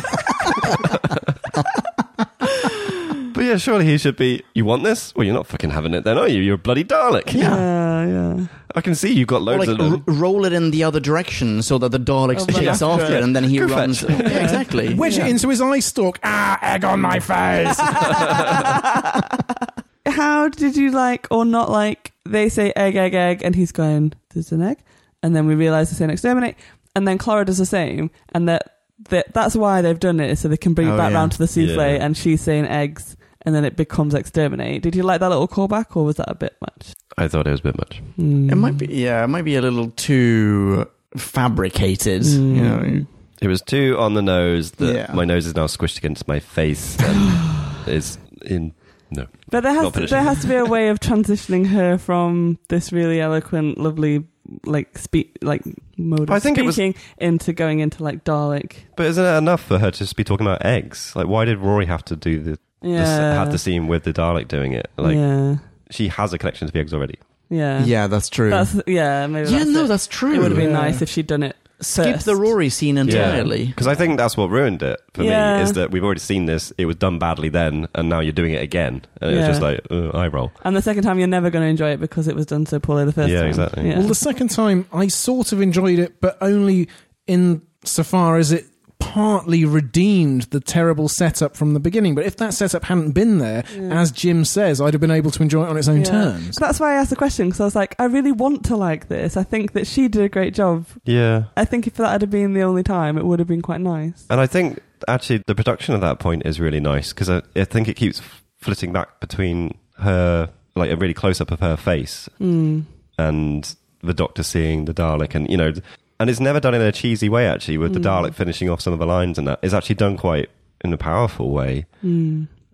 S4: But yeah, surely he should be. You want this? Well, you're not fucking having it then, are you? You're a bloody Dalek.
S1: Yeah, yeah.
S4: I can see you've got
S2: Or
S4: loads
S2: like
S4: of
S2: r-
S4: them.
S2: roll it in the other direction so that the Dalek
S1: Oh,
S2: chase
S1: yeah.
S2: after it and then he
S4: Go
S2: runs.
S4: fetch.
S2: Yeah, exactly.
S3: Wedge it into his eye stalk. Ah,
S5: Ah, egg on my face.
S1: How did you like or not like? They say egg, egg, egg, and he's going, "There's an egg," and then we realise they're saying exterminate, and then Clara does the same, and that, that that's why they've done it is so they can bring it
S2: Oh,
S1: back
S2: yeah.
S1: round to the souffle,
S4: Yeah.
S1: and she's saying eggs, and then it becomes exterminate. Did you like that little callback, or was that a bit much?
S4: I thought it was a bit much.
S1: Hmm.
S2: It might be, yeah, it might be a little too fabricated.
S1: Mm.
S2: You know,
S4: It was too on the nose that
S2: Yeah.
S4: my nose is now squished against my face
S1: [SIGHS]
S4: and is in. No.
S1: But there has
S4: Not
S1: to,
S4: finishing.
S1: there has to be a way of transitioning her from this really eloquent, lovely, like speak like mode of
S4: I think it was-
S1: speaking into going into like Dalek.
S4: But isn't it enough for her to just be talking about eggs? Like, why did Rory have to do the. the s-
S1: Yeah,
S4: have the scene with the Dalek doing it? Like,
S1: yeah,
S4: she has a connection to the eggs already.
S1: yeah,
S2: yeah, that's true.
S1: That's yeah, maybe.
S2: yeah,
S1: that's
S2: no,
S1: it.
S2: that's true.
S1: It would have been
S3: Yeah.
S1: nice if she'd done it.
S2: Skip
S1: first.
S2: the Rory scene entirely.
S4: Because I think that's what ruined it for
S1: Yeah.
S4: me is that we've already seen this. It was done badly then, and now you're doing it again. And it was
S1: Yeah.
S4: just like, uh, eye roll.
S1: And the second time, you're never going to enjoy it because it was done so poorly the first
S4: Yeah,
S1: time.
S4: exactly.
S1: Yeah,
S3: Well, the second time, I sort of enjoyed it, but only insofar as it partly redeemed the terrible setup from the beginning. But if that setup hadn't been there, as Jim says, I'd have been able to enjoy it on its own
S1: Yeah.
S3: terms.
S1: That's why I asked the question because I was like, I really want to like this. I think that she did a great job.
S4: Yeah.
S1: I think if that had been the only time, it would have been quite nice.
S4: And I think actually the production at that point is really nice because I, I think it keeps flitting back between her, like a really close up of her face, and the Doctor seeing the Dalek, and you know, and it's never done in a cheesy way actually, with the Dalek finishing off some of the lines and that. It's actually done quite in a powerful way.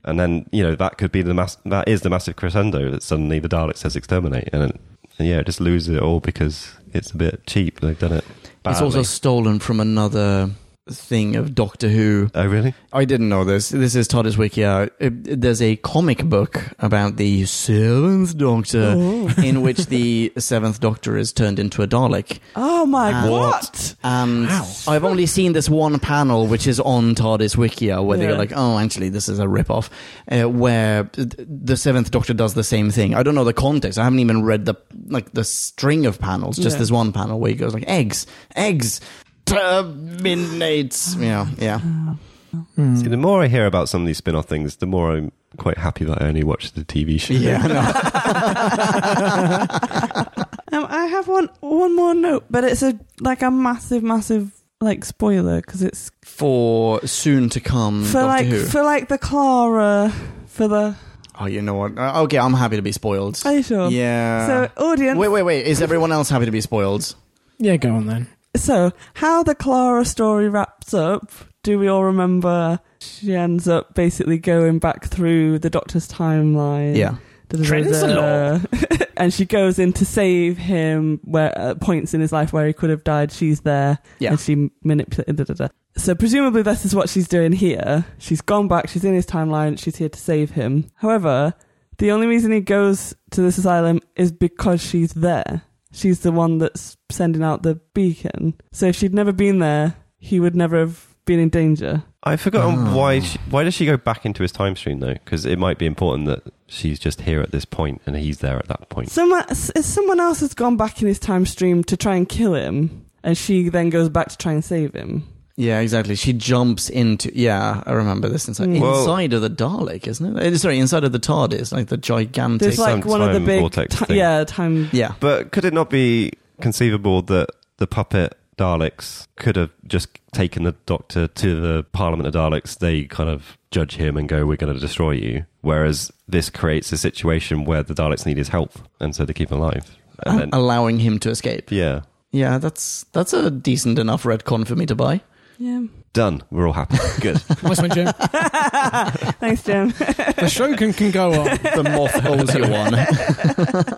S4: And then you know that could be the mass. That is the massive crescendo that suddenly the Dalek says exterminate, and, it, and yeah, it just loses it all because it's a bit cheap. They've done it.
S2: It's also
S4: badly.
S2: stolen from another thing of Doctor Who.
S4: oh really?
S2: I didn't know this. This is Todd's Wiki. Uh, there's a comic book about the Seventh Doctor,
S1: Oh.
S2: in which the Seventh Doctor is turned into a Dalek.
S1: Oh my
S2: Ah.
S1: god!
S2: And um, I've only seen this one panel, which is on TARDIS Wikia, where
S1: Yeah.
S2: they're like, oh, actually, this is a ripoff, uh, where th- the Seventh Doctor does the same thing. I don't know the context. I haven't even read the like the string of panels, just
S1: Yeah.
S2: this one panel where he goes like, eggs, eggs, terminates. Yeah,
S1: [LAUGHS]
S2: yeah.
S4: See, the more I hear about some of these spin off things, the more I'm quite happy that I only watch the TV show.
S2: Yeah, no.
S1: Um, I have one one more note, but it's a like a massive, massive like spoiler because it's
S2: for soon to come
S1: for
S2: Doctor
S1: like
S2: Mm, Who.
S1: for like the Clara for the.
S2: oh, you know what? Uh, okay, I'm happy to be spoiled.
S1: Are you sure?
S2: Yeah.
S1: So audience,
S2: wait, wait, wait. Is everyone else happy to be spoiled?
S3: Yeah, go on then.
S1: so how the Clara story wraps up. do we all remember? She ends up basically going back through the doctor's timeline.
S2: Yeah.
S1: Da-da-da-da.
S5: Trends along.
S1: [LAUGHS] and she goes in to save him where uh, points in his life where he could have died. She's there.
S2: Yeah.
S1: And she manipulated. Da, da, da. So presumably this is what she's doing here. She's gone back. She's in his timeline. She's here to save him. However, the only reason he goes to this asylum is because she's there. She's the one that's sending out the beacon. So if she'd never been there, he would never have been in danger.
S4: I've forgotten
S2: Oh.
S4: why. She, why does she go back into his time stream though? Because it might be important that she's just here at this point and he's there at that point.
S1: Someone, if someone else has gone back in his time stream to try and kill him, and she then goes back to try and save him.
S2: Yeah, exactly. She jumps into. Yeah, I remember this inside,
S1: Mm.
S4: Well-
S2: inside of the Dalek, isn't it? Eh, Sorry, inside of the TARDIS, like the gigantic.
S1: There's like
S4: some
S1: one of the
S4: time
S1: big,
S4: vortex
S1: ti-
S4: thing.
S1: yeah, time.
S2: yeah,
S4: But could it not be conceivable that the puppet Daleks could have just taken the Doctor to the Parliament of Daleks? They kind of judge him and go, "We're going to destroy you." Whereas this creates a situation where the Daleks need his help, and so they keep him alive. And then,
S2: allowing him to escape.
S4: yeah,
S2: Yeah, that's that's a decent enough retcon for me to buy.
S1: Yeah.
S4: done. We're all happy. Good.
S3: Nice one, Jim.
S1: Thanks,
S2: [LAUGHS]
S1: Jim.
S3: The show can, can go on.
S2: The moth holds you one.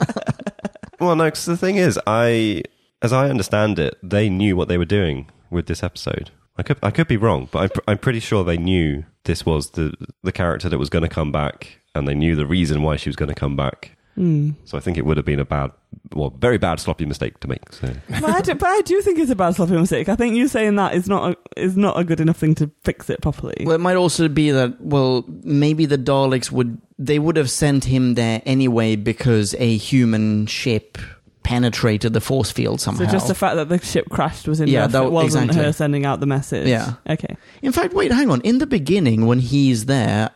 S4: Well, no, because the thing is, I, as I understand it, they knew what they were doing with this episode. I could, I could be wrong, but I'm, pr- I'm pretty sure they knew this was the the character that was going to come back, and they knew the reason why she was going to come back.
S1: Hmm.
S4: So I think it would have been a bad, well, very bad sloppy mistake to make. So
S1: but, I do, but I do think it's a bad sloppy mistake. I think you saying that is not a, is not a good enough thing to fix it properly.
S2: [LAUGHS] Well, it might also be that well, maybe the Daleks would they would have sent him there anyway because a human ship penetrated the force field somehow.
S1: so just the fact that the ship crashed was
S2: Yeah,
S1: enough.
S2: that-
S1: it wasn't
S2: exactly.
S1: her sending out the message.
S2: Yeah.
S1: Okay.
S2: In fact, wait, hang on. In the beginning, when he's there,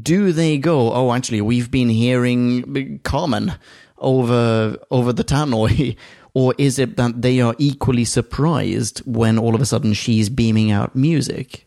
S2: do they go? Oh, actually, we've been hearing Carmen over over the tannoy, or [LAUGHS] is it that they are equally surprised when all of a sudden she's beaming out music?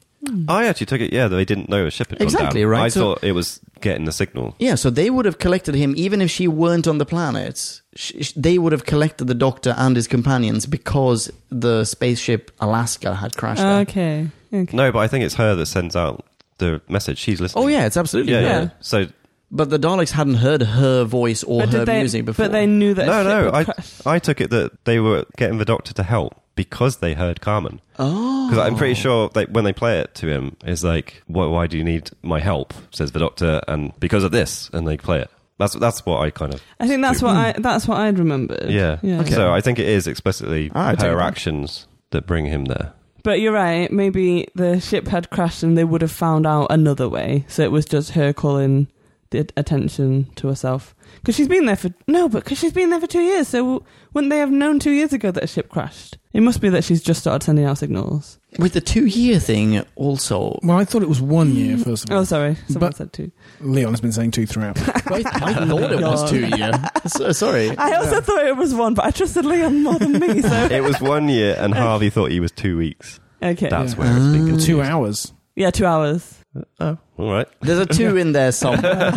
S4: I actually took it, yeah, that they didn't know a ship had gone
S2: Hmm. Exactly,
S4: down.
S2: right,
S4: I
S2: so-
S4: thought it was getting the signal.
S2: Yeah, so they would have collected him even if she weren't on the planet. Sh sh- they would have collected the Doctor and his companions because the spaceship Alaska had crashed. there.
S1: Okay. Okay.
S4: No, but I think it's her that sends out the message. She's listening.
S2: Oh yeah, it's absolutely
S4: yeah,
S2: her.
S4: yeah.
S1: Yeah.
S4: So
S2: But the Daleks hadn't heard her voice or her
S1: did they,
S2: music before.
S1: but they knew that.
S4: no,
S1: a ship
S4: no,
S1: had
S4: I,
S1: crashed.
S4: I took it that they were getting the Doctor to help because they heard Carmen.
S2: oh,
S4: Because I'm pretty sure they, when they play it to him, it's like, why, why do you need my help? Says the doctor, and because of this, and they play it. That's that's what I kind of
S1: I think
S2: [CLEARS THROAT]
S1: that's what I that's what I'd remembered.
S4: yeah.
S1: Yeah.
S4: So I think it is explicitly
S2: Ah, I take
S4: her
S2: that.
S4: actions that bring him there.
S1: But you're right. Maybe the ship had crashed and they would have found out another way. So it was just her calling the attention to herself because she's been there for no, but because she's been there for two years. So wouldn't they have known two years ago that a ship crashed? It must be that she's just started sending out signals.
S2: with the two-year thing [LAUGHS] also.
S3: Well, I thought it was one year, first of all.
S1: Oh, sorry, someone
S3: But-
S1: said two.
S3: Leon has been saying
S1: [LAUGHS]
S3: two throughout.
S2: I, I thought it was two year. So, sorry.
S1: I also thought it was one, but I trusted Leon more than me. [LAUGHS] So
S4: It was one year,
S1: [LAUGHS]
S4: and Harvey thought he was two weeks.
S1: okay,
S4: That's where it's
S2: Oh.
S4: been confused.
S3: two hours.
S1: yeah, two hours.
S4: Oh, all right.
S2: There's a two in there somewhere.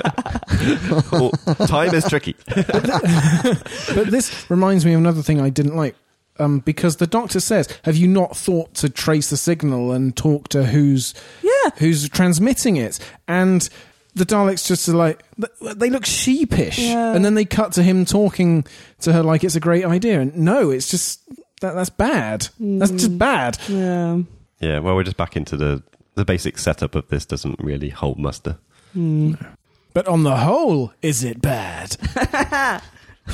S4: Well, time is tricky.
S3: But this reminds me of another thing I didn't like. Um, because the doctor says, "Have you not thought to trace the signal and talk to who's
S1: Yeah.
S3: who's transmitting it?" And the Daleks just are like th- they look sheepish,
S1: Yeah.
S3: and then they cut to him talking to her like it's a great idea. And no, it's just that that's bad. That's
S1: Hmm.
S3: just bad.
S1: [LAUGHS] Yeah.
S4: Yeah. Well, we're just back into the the basic setup of this. Doesn't really hold muster.
S3: But on the whole, is it bad?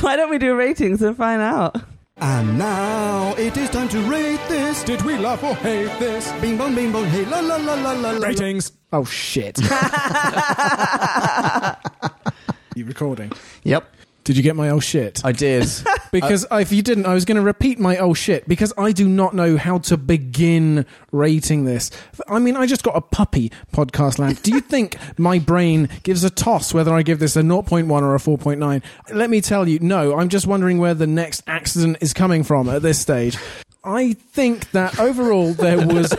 S1: Why don't we do ratings and find out?
S6: And now it is time to rate this.
S3: Did we love or hate this?
S6: Bing bong, bing bong, hey la la la la la. la.
S3: Ratings. Oh [LAUGHS] shit. you recording?
S2: [LAUGHS] yep,
S3: Did you get my oh shit?
S2: I did.
S3: Because if you didn't, I was going to repeat my oh shit because I do not know how to begin rating this. I mean, I just got a puppy podcast land. Do you think my brain gives a toss whether I give this a 0.1 or a 4.9? Let me tell you, no. I'm just wondering where the next accident is coming from at this stage. I think that overall there was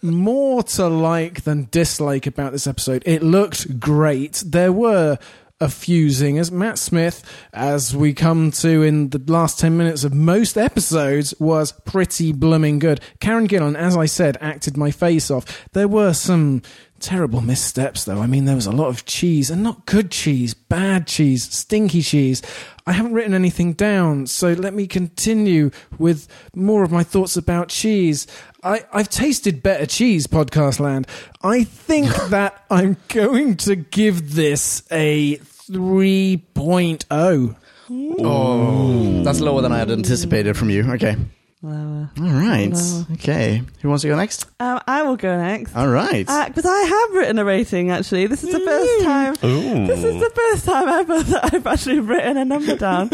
S3: more to like than dislike about this episode. It looked great. There were effusing as Matt Smith, as we come to in the last 10 minutes of most episodes, was pretty blooming good. Karen Gillan, as I said, acted my face off. There were some terrible missteps, though. I mean, there was a lot of cheese, and not good cheese, bad cheese, stinky cheese. I haven't written anything down, so let me continue with more of my thoughts about cheese. I, I've tasted better cheese, podcast land. I [LAUGHS] think that I'm going to give this a 3.0.
S2: Oh, that's lower than I had anticipated from you. Okay.
S1: Lower.
S2: All right.
S1: Lower.
S2: Okay. Who wants to go next?
S1: Um, I will go next.
S2: All right.
S1: Because Uh, I have written a rating actually. This is the first time. This is the first time ever [LAUGHS] that I've actually written a number down,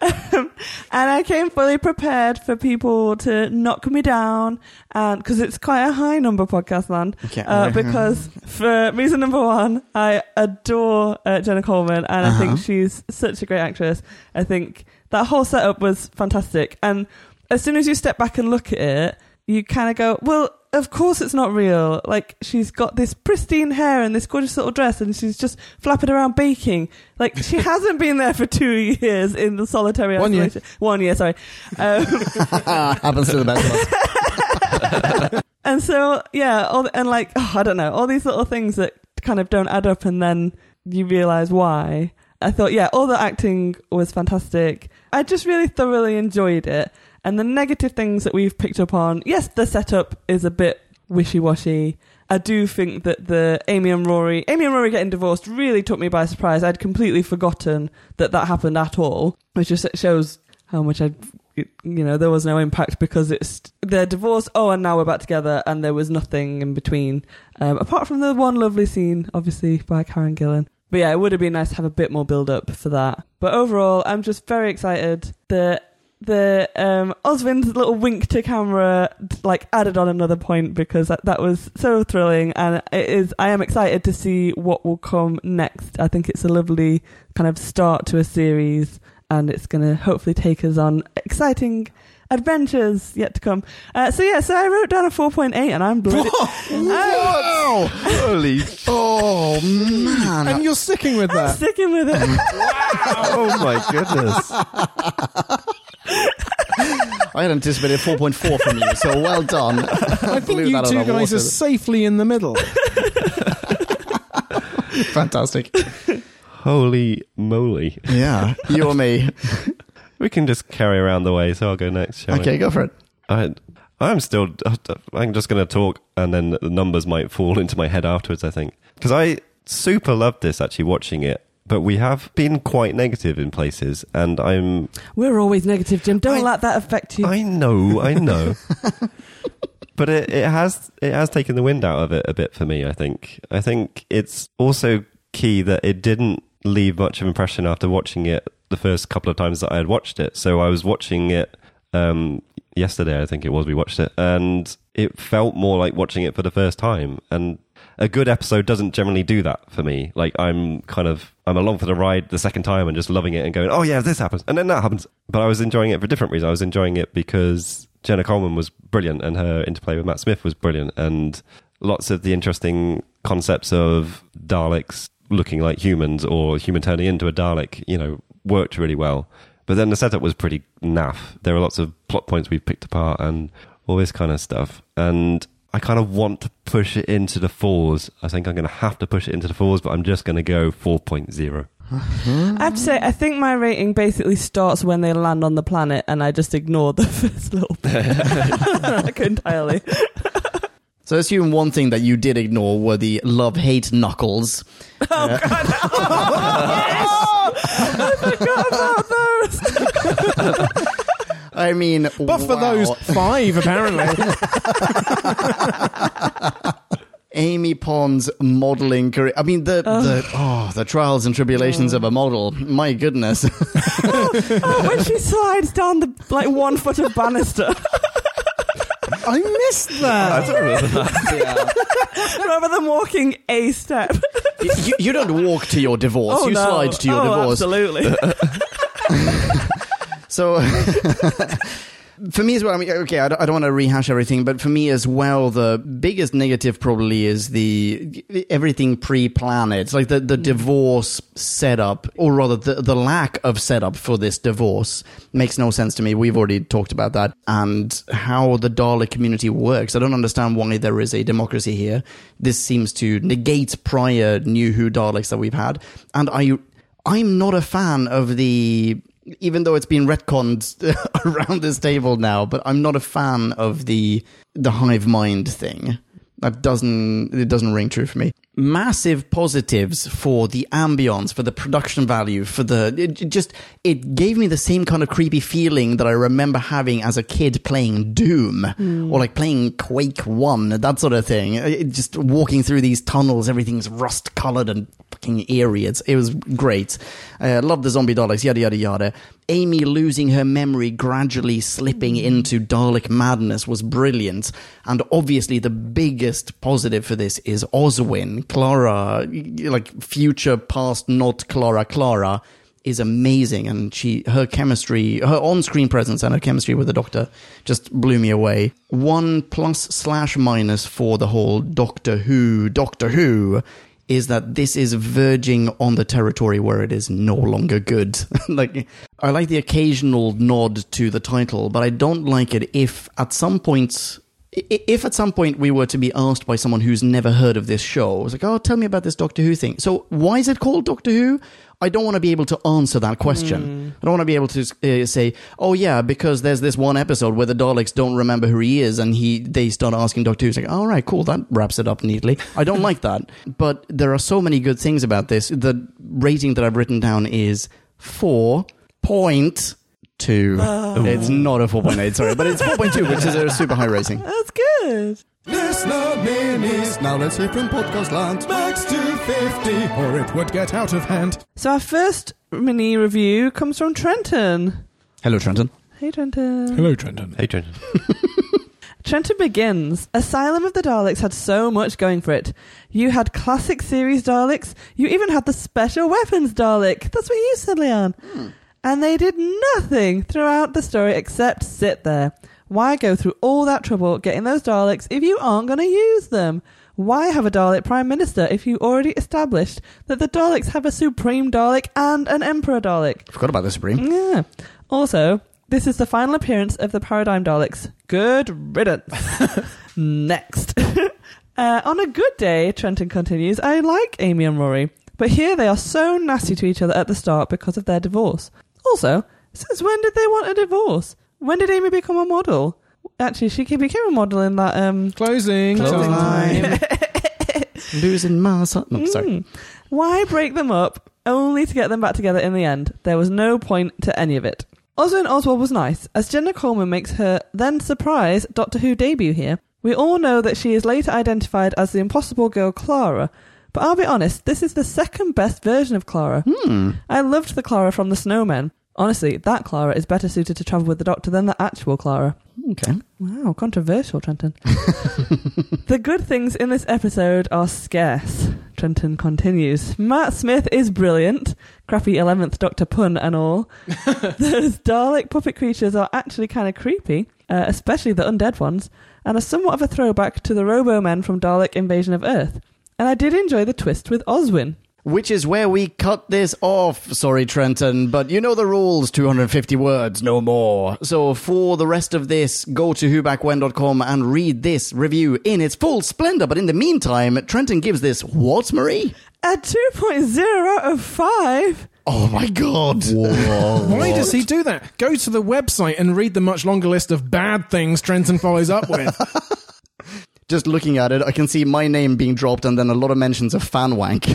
S1: um, and I came fully prepared for people to knock me down, and because it's quite a high number podcast land.
S2: Okay,
S1: Uh,
S2: alright.
S1: because for reason number one, I adore uh, Jenna Coleman, and I
S2: Uh-huh.
S1: think she's such a great actress. I think that whole setup was fantastic, and as soon as you step back and look at it, you kind of go, well, of course it's not real. Like, she's got this pristine hair and this gorgeous little dress, and she's just flapping around baking. Like,
S3: [LAUGHS]
S1: she hasn't been there for two years in the solitary
S3: One year.
S1: isolation. One year, sorry. Um,
S2: [LAUGHS] Happens to the best of us.
S1: and so, yeah, all the, and like, oh, I don't know, all these little things that kind of don't add up, and then you realize why. I thought, yeah, all the acting was fantastic. I just really thoroughly enjoyed it. And the negative things that we've picked up on, yes, the setup is a bit wishy washy. I do think that the Amy and Rory, Amy and Rory getting divorced really took me by surprise. I'd completely forgotten that that happened at all, which just shows how much I, you know, there was no impact because it's they're divorced. Oh, and now we're back together, and there was nothing in between um, apart from the one lovely scene, obviously by Karen Gillan. But yeah, it would have been nice to have a bit more build up for that. But overall, I'm just very excited that the um Oswin's little wink to camera like added on another point because that, that was so thrilling and it is I am excited to see what will come next. I think it's a lovely kind of start to a series and it's going to hopefully take us on exciting adventures yet to come. Uh, so yeah, so I wrote down a 4.8 and I'm bloody
S2: What?
S4: Holy
S2: Oh man!
S3: And you're sticking with
S1: I'm [LAUGHS]
S3: that.
S1: sticking with it.
S4: Oh my goodness.
S2: I had anticipated 4.4 from you, so well [LAUGHS] done.
S3: I think you two guys are safely in the middle.
S2: fantastic.
S4: Holy moly.
S2: Yeah, you or me.
S4: We can just carry around the way, so I'll go next. Shall
S2: Okay, [LAUGHS] go for it.
S4: I, I'm still. I'm just going to talk, and then the numbers might fall into my head afterwards. I think because I super loved this actually watching it, but we have been quite negative in places, and I'm.
S1: We're always negative, Jim. Don't let that affect you.
S4: I know, I know. [LAUGHS] But it, it has it has taken the wind out of it a bit for me. I think I think it's also key that it didn't leave much of an impression after watching it the first couple of times that I had watched it. So I was watching it um, yesterday, I think it was. We watched it, and it felt more like watching it for the first time. And a good episode doesn't generally do that for me. Like I'm kind of I'm along for the ride the second time and just loving it and going, oh yeah, this happens, and then that happens. But I was enjoying it for a different reason. I was enjoying it because Jenna Coleman was brilliant and her interplay with Matt Smith was brilliant, and lots of the interesting concepts of Daleks looking like humans or human turning into a Dalek, you know, worked really well. But then the setup was pretty naff. There are lots of plot points we've picked apart and all this kind of stuff. And I kind of want to push it into the fours. I think I'm going to have to push it into the fours, but I'm just going to go 4.0.
S1: I have to say, I think my rating basically starts when they land on the planet, and I just ignore the [LAUGHS] first little bit like
S2: [LAUGHS]
S1: entirely.
S2: So assume one thing that you did ignore were the love-hate knuckles.
S1: Oh, [LAUGHS]
S2: I mean,
S3: [LAUGHS] But for
S2: wow.
S3: those five, apparently.
S2: Amy Pond's modeling career. I mean, the the oh, the trials and tribulations of a model. My goodness. [LAUGHS]
S1: Oh, when she slides down the like one foot of banister [LAUGHS]
S3: I missed that.
S2: Yeah.
S1: rather than walking a
S2: [LAUGHS]
S1: step.
S2: you, you don't walk to your divorce.
S1: oh
S2: you
S1: no!
S2: slide to your [LAUGHS]
S1: oh,
S2: divorce.
S1: absolutely.
S2: So [LAUGHS] for me as well, I mean, okay, I don't, I don't want to rehash everything, but for me as well, the biggest negative probably is the everything pre-planet, like the, the divorce setup, or rather the, the lack of setup for this divorce makes no sense to me. We've already talked about that and how the Dalek community works. I don't understand why there is a democracy here. This seems to negate prior New Who Daleks that we've had. And I, I'm not a fan of the even though it's been retconned [LAUGHS] around this table now, but I'm not a fan of the the hive mind thing. That doesn't it doesn't ring true for me. Massive positives for the ambience, for the production value, for the it it just it gave me the same kind of creepy feeling that I remember having as a kid playing Doom or like playing Quake One, that sort of thing. It- just walking through these tunnels, everything's rust colored and fucking eerie. It's, it was great. Uh, love the zombie Daleks, yada, yada, yada. Amy losing her memory, gradually slipping into Dalek madness was brilliant. And obviously, the biggest positive for this is Oswin. Clara, like future, past, not Clara, Clara. Is amazing, and she her chemistry, her on-screen presence, and her chemistry with the Doctor just blew me away. One plus slash minus for the whole Doctor Who, Doctor Who is that this is verging on the territory where it is no longer good. [LAUGHS] like, I like the occasional nod to the title, but I don't like it if at some point. i- If at some point we were to be asked by someone who's never heard of this show, it's like, oh, tell me about this Doctor Who thing. So, why is it called Doctor Who? I don't want to be able to answer that question. I don't want to be able to uh, say, "Oh yeah," because there's this one episode where the Daleks don't remember who he is, and he they start asking Doctor Who. It's like, "All right, cool, that wraps it up neatly." I don't like that, but there are so many good things about this. The rating that I've written down is four point two. It's not a four point eight, sorry, but it's four point two, which is a super high rating.
S1: That's good.
S6: Listener minis.
S2: Now let's hear from podcast land.
S6: Max 250.
S3: Or it would get out of hand.
S1: So our first mini review comes from Trenton.
S2: Hello, Trenton.
S1: Hey, Trenton.
S3: Hello, Trenton.
S4: Hey, Trenton.
S1: Trenton begins. Asylum of the Daleks had so much going for it. You had classic series Daleks. You even had the special weapons Dalek. That's what you said, Leon. And they did nothing throughout the story except sit there. Why go through all that trouble getting those Daleks if you aren't going to use them? Why have a Dalek Prime Minister if you already established that the Daleks have a Supreme Dalek and an Emperor Dalek?
S2: Forgot about the Supreme.
S1: Yeah. Also, this is the final appearance of the Paradigm Daleks. Good riddance. Next. [LAUGHS] uh, on a good day, Trenton continues, I like Amy and Rory, but here they are so nasty to each other at the start because of their divorce. Also, since when did they want a divorce? When did Amy become a model? Actually, she became a model in that. Um,
S3: Closing,
S2: Closing
S3: time.
S2: time. Losing my son. No, sorry.
S1: mm. Why break them up only to get them back together in the end? There was no point to any of it. Oswin Oswald was nice, as Jenna Coleman makes her then surprise Doctor Who debut here. We all know that she is later identified as the impossible girl Clara, but I'll be honest, this is the second best version of Clara.
S2: Hmm,
S1: I loved the Clara from The Snowmen. Honestly, that Clara is better suited to travel with the Doctor than the actual Clara.
S2: Okay.
S1: Wow, controversial, Trenton. the good things in this episode are scarce. Trenton continues. Matt Smith is brilliant. Crappy 11th Doctor pun and all. Those Dalek puppet creatures are actually kind of creepy, uh, especially the undead ones, and are somewhat of a throwback to the Robo Men from Dalek Invasion of Earth. And I did enjoy the twist with Oswin.
S2: Which is where we cut this off. Sorry, Trenton, but you know the rules 250 words, no more. So, for the rest of this, go to whobackwhen.com and read this review in its full splendor. But in the meantime, Trenton gives this what, Marie?
S1: A 2.0 out of 5.
S2: Oh my god.
S3: [LAUGHS] Why does he do that? Go to the website and read the much longer list of bad things Trenton follows
S2: [LAUGHS]
S3: up with.
S2: [LAUGHS] Just looking at it, I can see my name being dropped and then a lot of mentions of fan wank.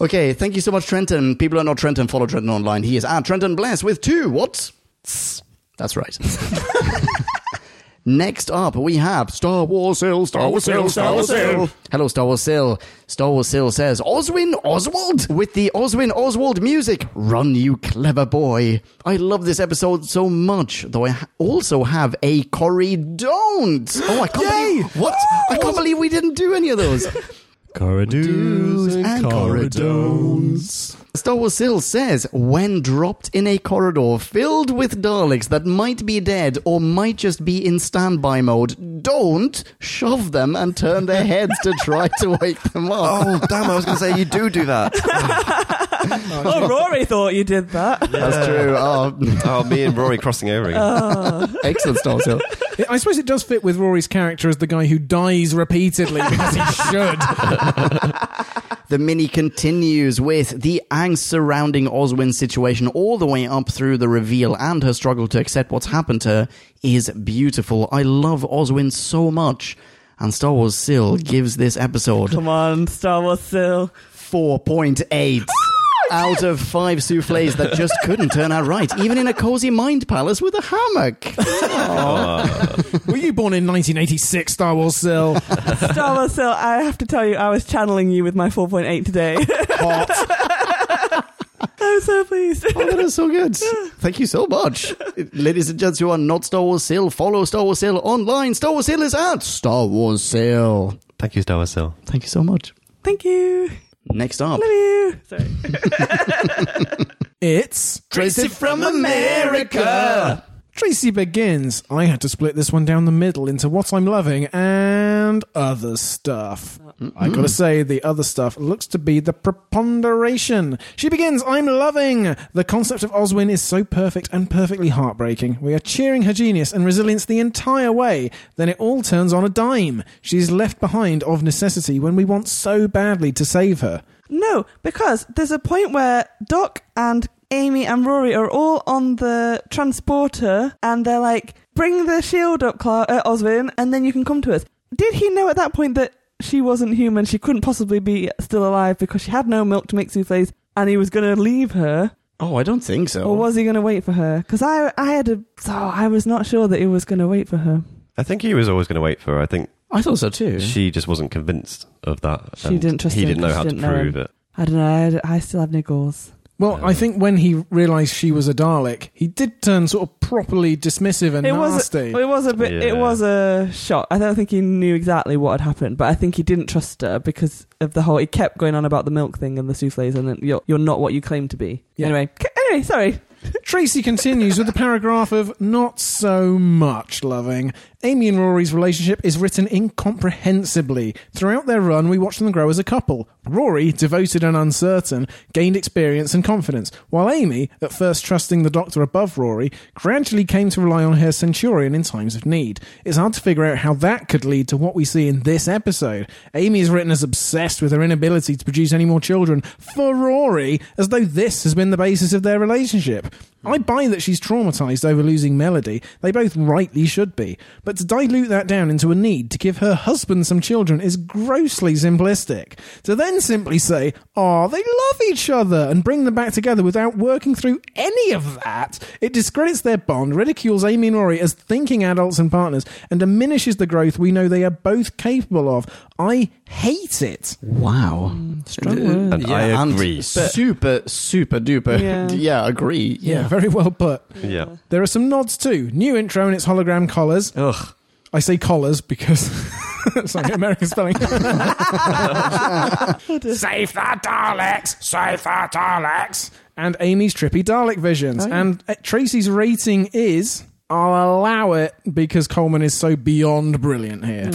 S2: okay, thank you so much, Trenton. People are not Trenton, follow Trenton online. He is at Trenton Bless with two. What? That's right. [LAUGHS] Next up, we have Star Wars Hill, Star Wars Hill, Star Wars Hill. Hello, Star Wars Hill. Star Wars Hill says, Oswin Oswald with the Oswin Oswald music. Run, you clever boy. I love this episode so much, though I ha- also have a Corrie Don't. Oh, I can't believe, what? I can't believe we didn't do any of those. Do's
S6: Corridors
S2: and corridors. Star Wars Sill says, when dropped in a corridor filled with Daleks that might be dead or might just be in standby mode, don't shove them and turn their heads to try to wake them up.
S4: Oh, damn, I was going to say, you do do that.
S1: Oh, Rory thought you did
S2: [LAUGHS]
S1: that.
S2: That's true. Oh,
S4: Oh, me and Rory crossing over again.
S1: Uh.
S2: excellent Star Wars Hill.
S3: I suppose it does fit with Rory's character as the guy who dies repeatedly [LAUGHS] because he should.
S2: The mini continues with the angst surrounding Oswin's situation all the way up through the reveal and her struggle to accept what's happened to her is beautiful. I love Oswin so much. And Star Wars Sill gives this episode
S1: Come on, Star Wars Sill.
S2: 4.8 out of 5 souffles that just couldn't turn out right, even in a cozy mind palace with a hammock.
S3: Were you born in 1986, Star Wars Sill?
S2: [LAUGHS]
S1: Star Wars Sill, I have to tell you, I was channeling you with my 4.8 today.
S3: Hot.
S1: [LAUGHS] I'm so pleased.
S2: Oh, that is so good. Thank you so much. Ladies and gents who are not Star Wars Sill, follow Star Wars Sill online. Star Wars Sill is at Star Wars Sill.
S4: Thank you, Star Wars Hill.
S2: Thank you so much.
S1: [LAUGHS] Thank you.
S2: Next up,
S1: Love you. Sorry.
S3: It's
S2: Tracy from America.
S3: Tracy begins. I had to split this one down the middle into what I'm loving and other stuff. I gotta say, the other stuff looks to be the preponderation. She begins, I'm loving. The concept of Oswin is so perfect and perfectly heartbreaking. We are cheering her genius and resilience the entire way. Then it all turns on a dime. She's left behind of necessity when we want so badly to save her.
S1: No, because there's a point where Doc and Amy and Rory are all on the transporter and they're like, bring the shield up, Cla- uh, Oswin, and then you can come to us. Did he know at that point that she wasn't human? She couldn't possibly be still alive because she had no milk to make souffles and he was going to leave her?
S2: Oh, I don't think
S1: Or
S2: so.
S1: was he going to wait for her? Because I, I had a. Oh, I was not sure that he was going to wait for her.
S4: I think he was always going to wait for her. I think
S2: I thought so too.
S4: she just wasn't convinced of that.
S1: She
S4: and
S1: didn't trust
S4: He
S1: him
S4: didn't know
S1: because
S4: how
S1: she
S4: to
S1: didn't know
S4: prove
S1: him.
S4: it.
S1: I don't know. I, I still have niggles.
S3: Well, I think when he realised she was a Dalek, he did turn sort of properly dismissive and
S1: it was
S3: nasty.
S1: a, it was a bit
S4: Yeah.
S1: it was a shock i don't think he knew exactly what had happened but i think he didn't trust her because of the whole he kept going on about the milk thing and the souffles and then you're, you're not what you claim to be
S3: Yeah.
S1: anyway c- anyway sorry
S3: Tracy continues with the paragraph of not so much loving. Amy and Rory's relationship is written incomprehensibly. Throughout their run, we watch them grow as a couple. Rory, devoted and uncertain, gained experience and confidence, while Amy, at first trusting the doctor above Rory, gradually came to rely on her centurion in times of need. It's hard to figure out how that could lead to what we see in this episode. Amy is written as obsessed with her inability to produce any more children for Rory, as though this has been the basis of their relationship. I buy that she's traumatized over losing Melody. They both rightly should be. But to dilute that down into a need to give her husband some children is grossly simplistic. To then simply say, oh, they love each other, and bring them back together without working through any of that, it discredits their bond, ridicules Amy and Rory as thinking adults and partners, and diminishes the growth we know they are both capable of. I hate it.
S2: Wow.
S1: strong word.
S4: And I agree.
S2: super, super duper. [LAUGHS] Yeah,
S1: Yeah.
S2: agree. Yeah.
S3: very well put.
S4: Yeah.
S3: There are some nods too. New intro and its hologram collars.
S2: Ugh.
S3: I say collars because [LAUGHS] it's like American spelling.
S5: Save the Daleks! Save the Daleks!
S3: and Amy's trippy Dalek visions. And uh, Tracy's rating is I'll allow it because Coleman is so beyond brilliant here.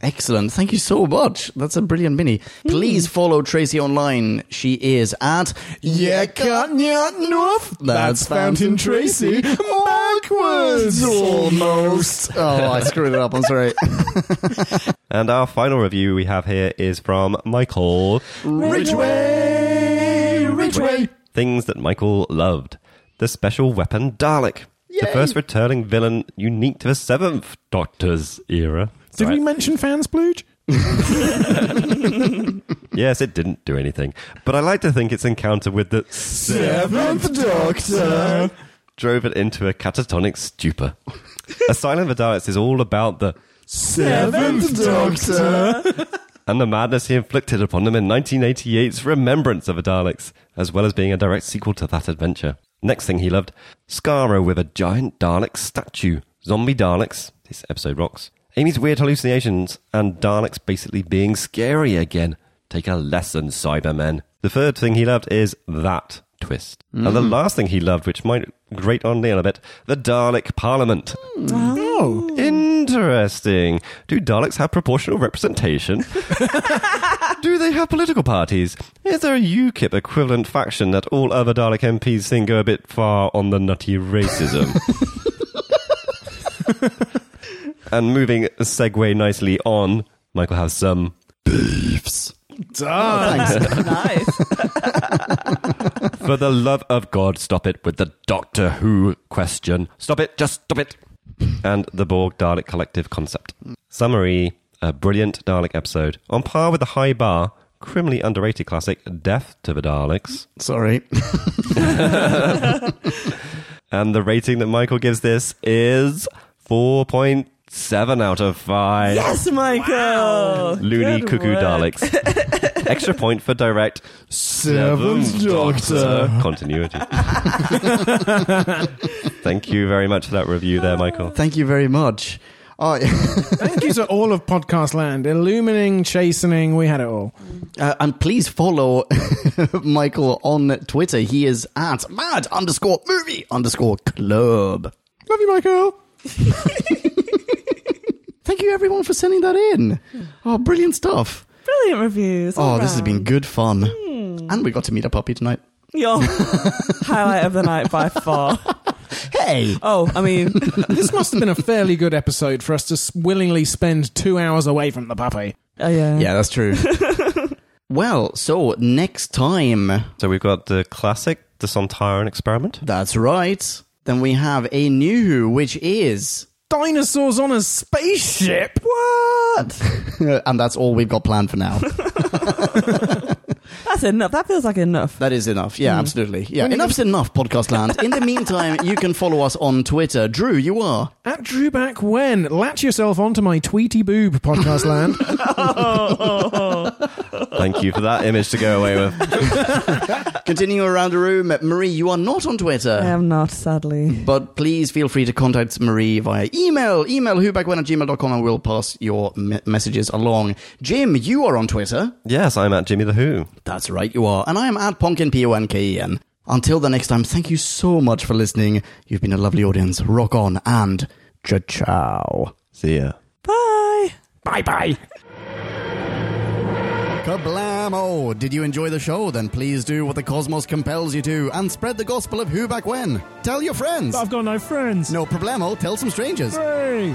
S2: Excellent. Thank you so much. That's a brilliant mini.
S3: Hmm.
S2: Please follow Tracy online. She is at Yeah Can't North.
S3: That's Fountain Tracy.
S2: Backwards almost. oh, I screwed it up. I'm
S3: [LAUGHS]
S2: sorry.
S4: And our final review we have here is from Michael.
S2: Ridgeway, Ridgeway.
S4: Things that Michael loved. The special weapon Dalek. The
S2: Yay.
S4: first returning villain unique to the seventh Doctor's era.
S3: Did
S4: Right.
S3: we mention Fans Blooge?
S4: Yes, it didn't do anything. But I like to think its encounter with the
S2: Seventh Doctor.
S4: drove it into a
S3: [LAUGHS]
S4: catatonic stupor. Asylum of the Daleks is all about the
S2: Seventh Doctor.
S4: and the madness he inflicted upon them in 1988's Remembrance of the Daleks, as well as being a direct sequel to that adventure. Next thing he loved, Skaro with a giant Dalek statue, zombie Daleks, this episode rocks, Amy's weird hallucinations, and Daleks basically being scary again. Take a lesson, Cybermen. The third thing he loved is that twist. And the last thing he loved, which might grate on Neil a bit, the Dalek Parliament.
S3: Oh,
S4: Interesting. Do Daleks have proportional representation? Do they have political parties? Is there a UKIP equivalent faction that all other Dalek MPs think go a bit far on the nutty racism? [LAUGHS] and moving a segue nicely on, Michael has some beefs.
S1: [LAUGHS] nice.
S4: [LAUGHS] For the love of God, stop it with the Doctor Who question. Stop it, just stop it. And the Borg Dalek Collective concept. Summary A brilliant Dalek episode. On par with the high bar, criminally underrated classic, Death to the Daleks.
S2: Sorry.
S4: And the rating that Michael gives this is 4.7 out of 5.
S1: yes, Michael.
S4: Loony
S1: Good
S4: cuckoo
S1: work. [LAUGHS]
S4: Daleks. Extra point for direct
S3: Seventh
S4: Doctor
S1: [LAUGHS]
S4: continuity. Thank you very much for that review there, Michael.
S2: Thank you very much. Oh, I,
S3: Thank you to all of Podcast Land. Illumining, chastening, we had it all.
S2: uh, and please follow [LAUGHS] Michael on Twitter. He is at mad underscore movie underscore club.
S3: Love you, Michael.
S2: Thank you, everyone, for sending that in.
S3: Hmm.
S2: Oh, brilliant stuff.
S1: Brilliant reviews.
S2: Oh,
S1: all
S2: this has been
S1: round.
S2: good fun. And we got to meet a puppy tonight.
S1: Your [LAUGHS] highlight of the night by far.
S2: Hey!
S1: Oh, I mean, [LAUGHS]
S3: This must have been a fairly good episode for us to s- willingly spend two hours away from the puppy.
S1: oh, yeah.
S2: [LAUGHS] Yeah, that's true. well, so next time,
S4: So we've got the classic, the Sontaran experiment.
S2: that's right, then we have a new Who, which is.
S3: Dinosaurs on a spaceship? What?
S2: [LAUGHS] and that's all we've got planned for now.
S1: That's enough. That feels like enough.
S2: That is enough. Yeah, absolutely. Yeah, enough's enough, podcast land. In the meantime, you can follow us on Twitter. Drew, you are.
S3: At Drew Back When, latch yourself onto my Tweety Boob, Podcast Land.
S4: Thank you for that image to go away with.
S2: Continuing around the room, Marie, you are not on Twitter.
S1: I am not, sadly.
S2: But please feel free to contact Marie via email. Email whobackwhen at gmail.com and we'll pass your me- messages along. Jim, you are on Twitter.
S4: Yes, I'm at Jimmy the Who.
S2: That's right, you are. And I am at Ponkin, P O N K E N. Until the next time, thank you so much for listening. You've been a lovely audience. Rock on and ciao ciao.
S4: See ya.
S1: Bye.
S5: Bye bye.
S2: Kablamo! Did you enjoy the show? Then please do what the cosmos compels you to and spread the gospel of who back when. Tell your friends.
S3: got no friends.
S2: No problemo, tell some strangers.
S3: Hey!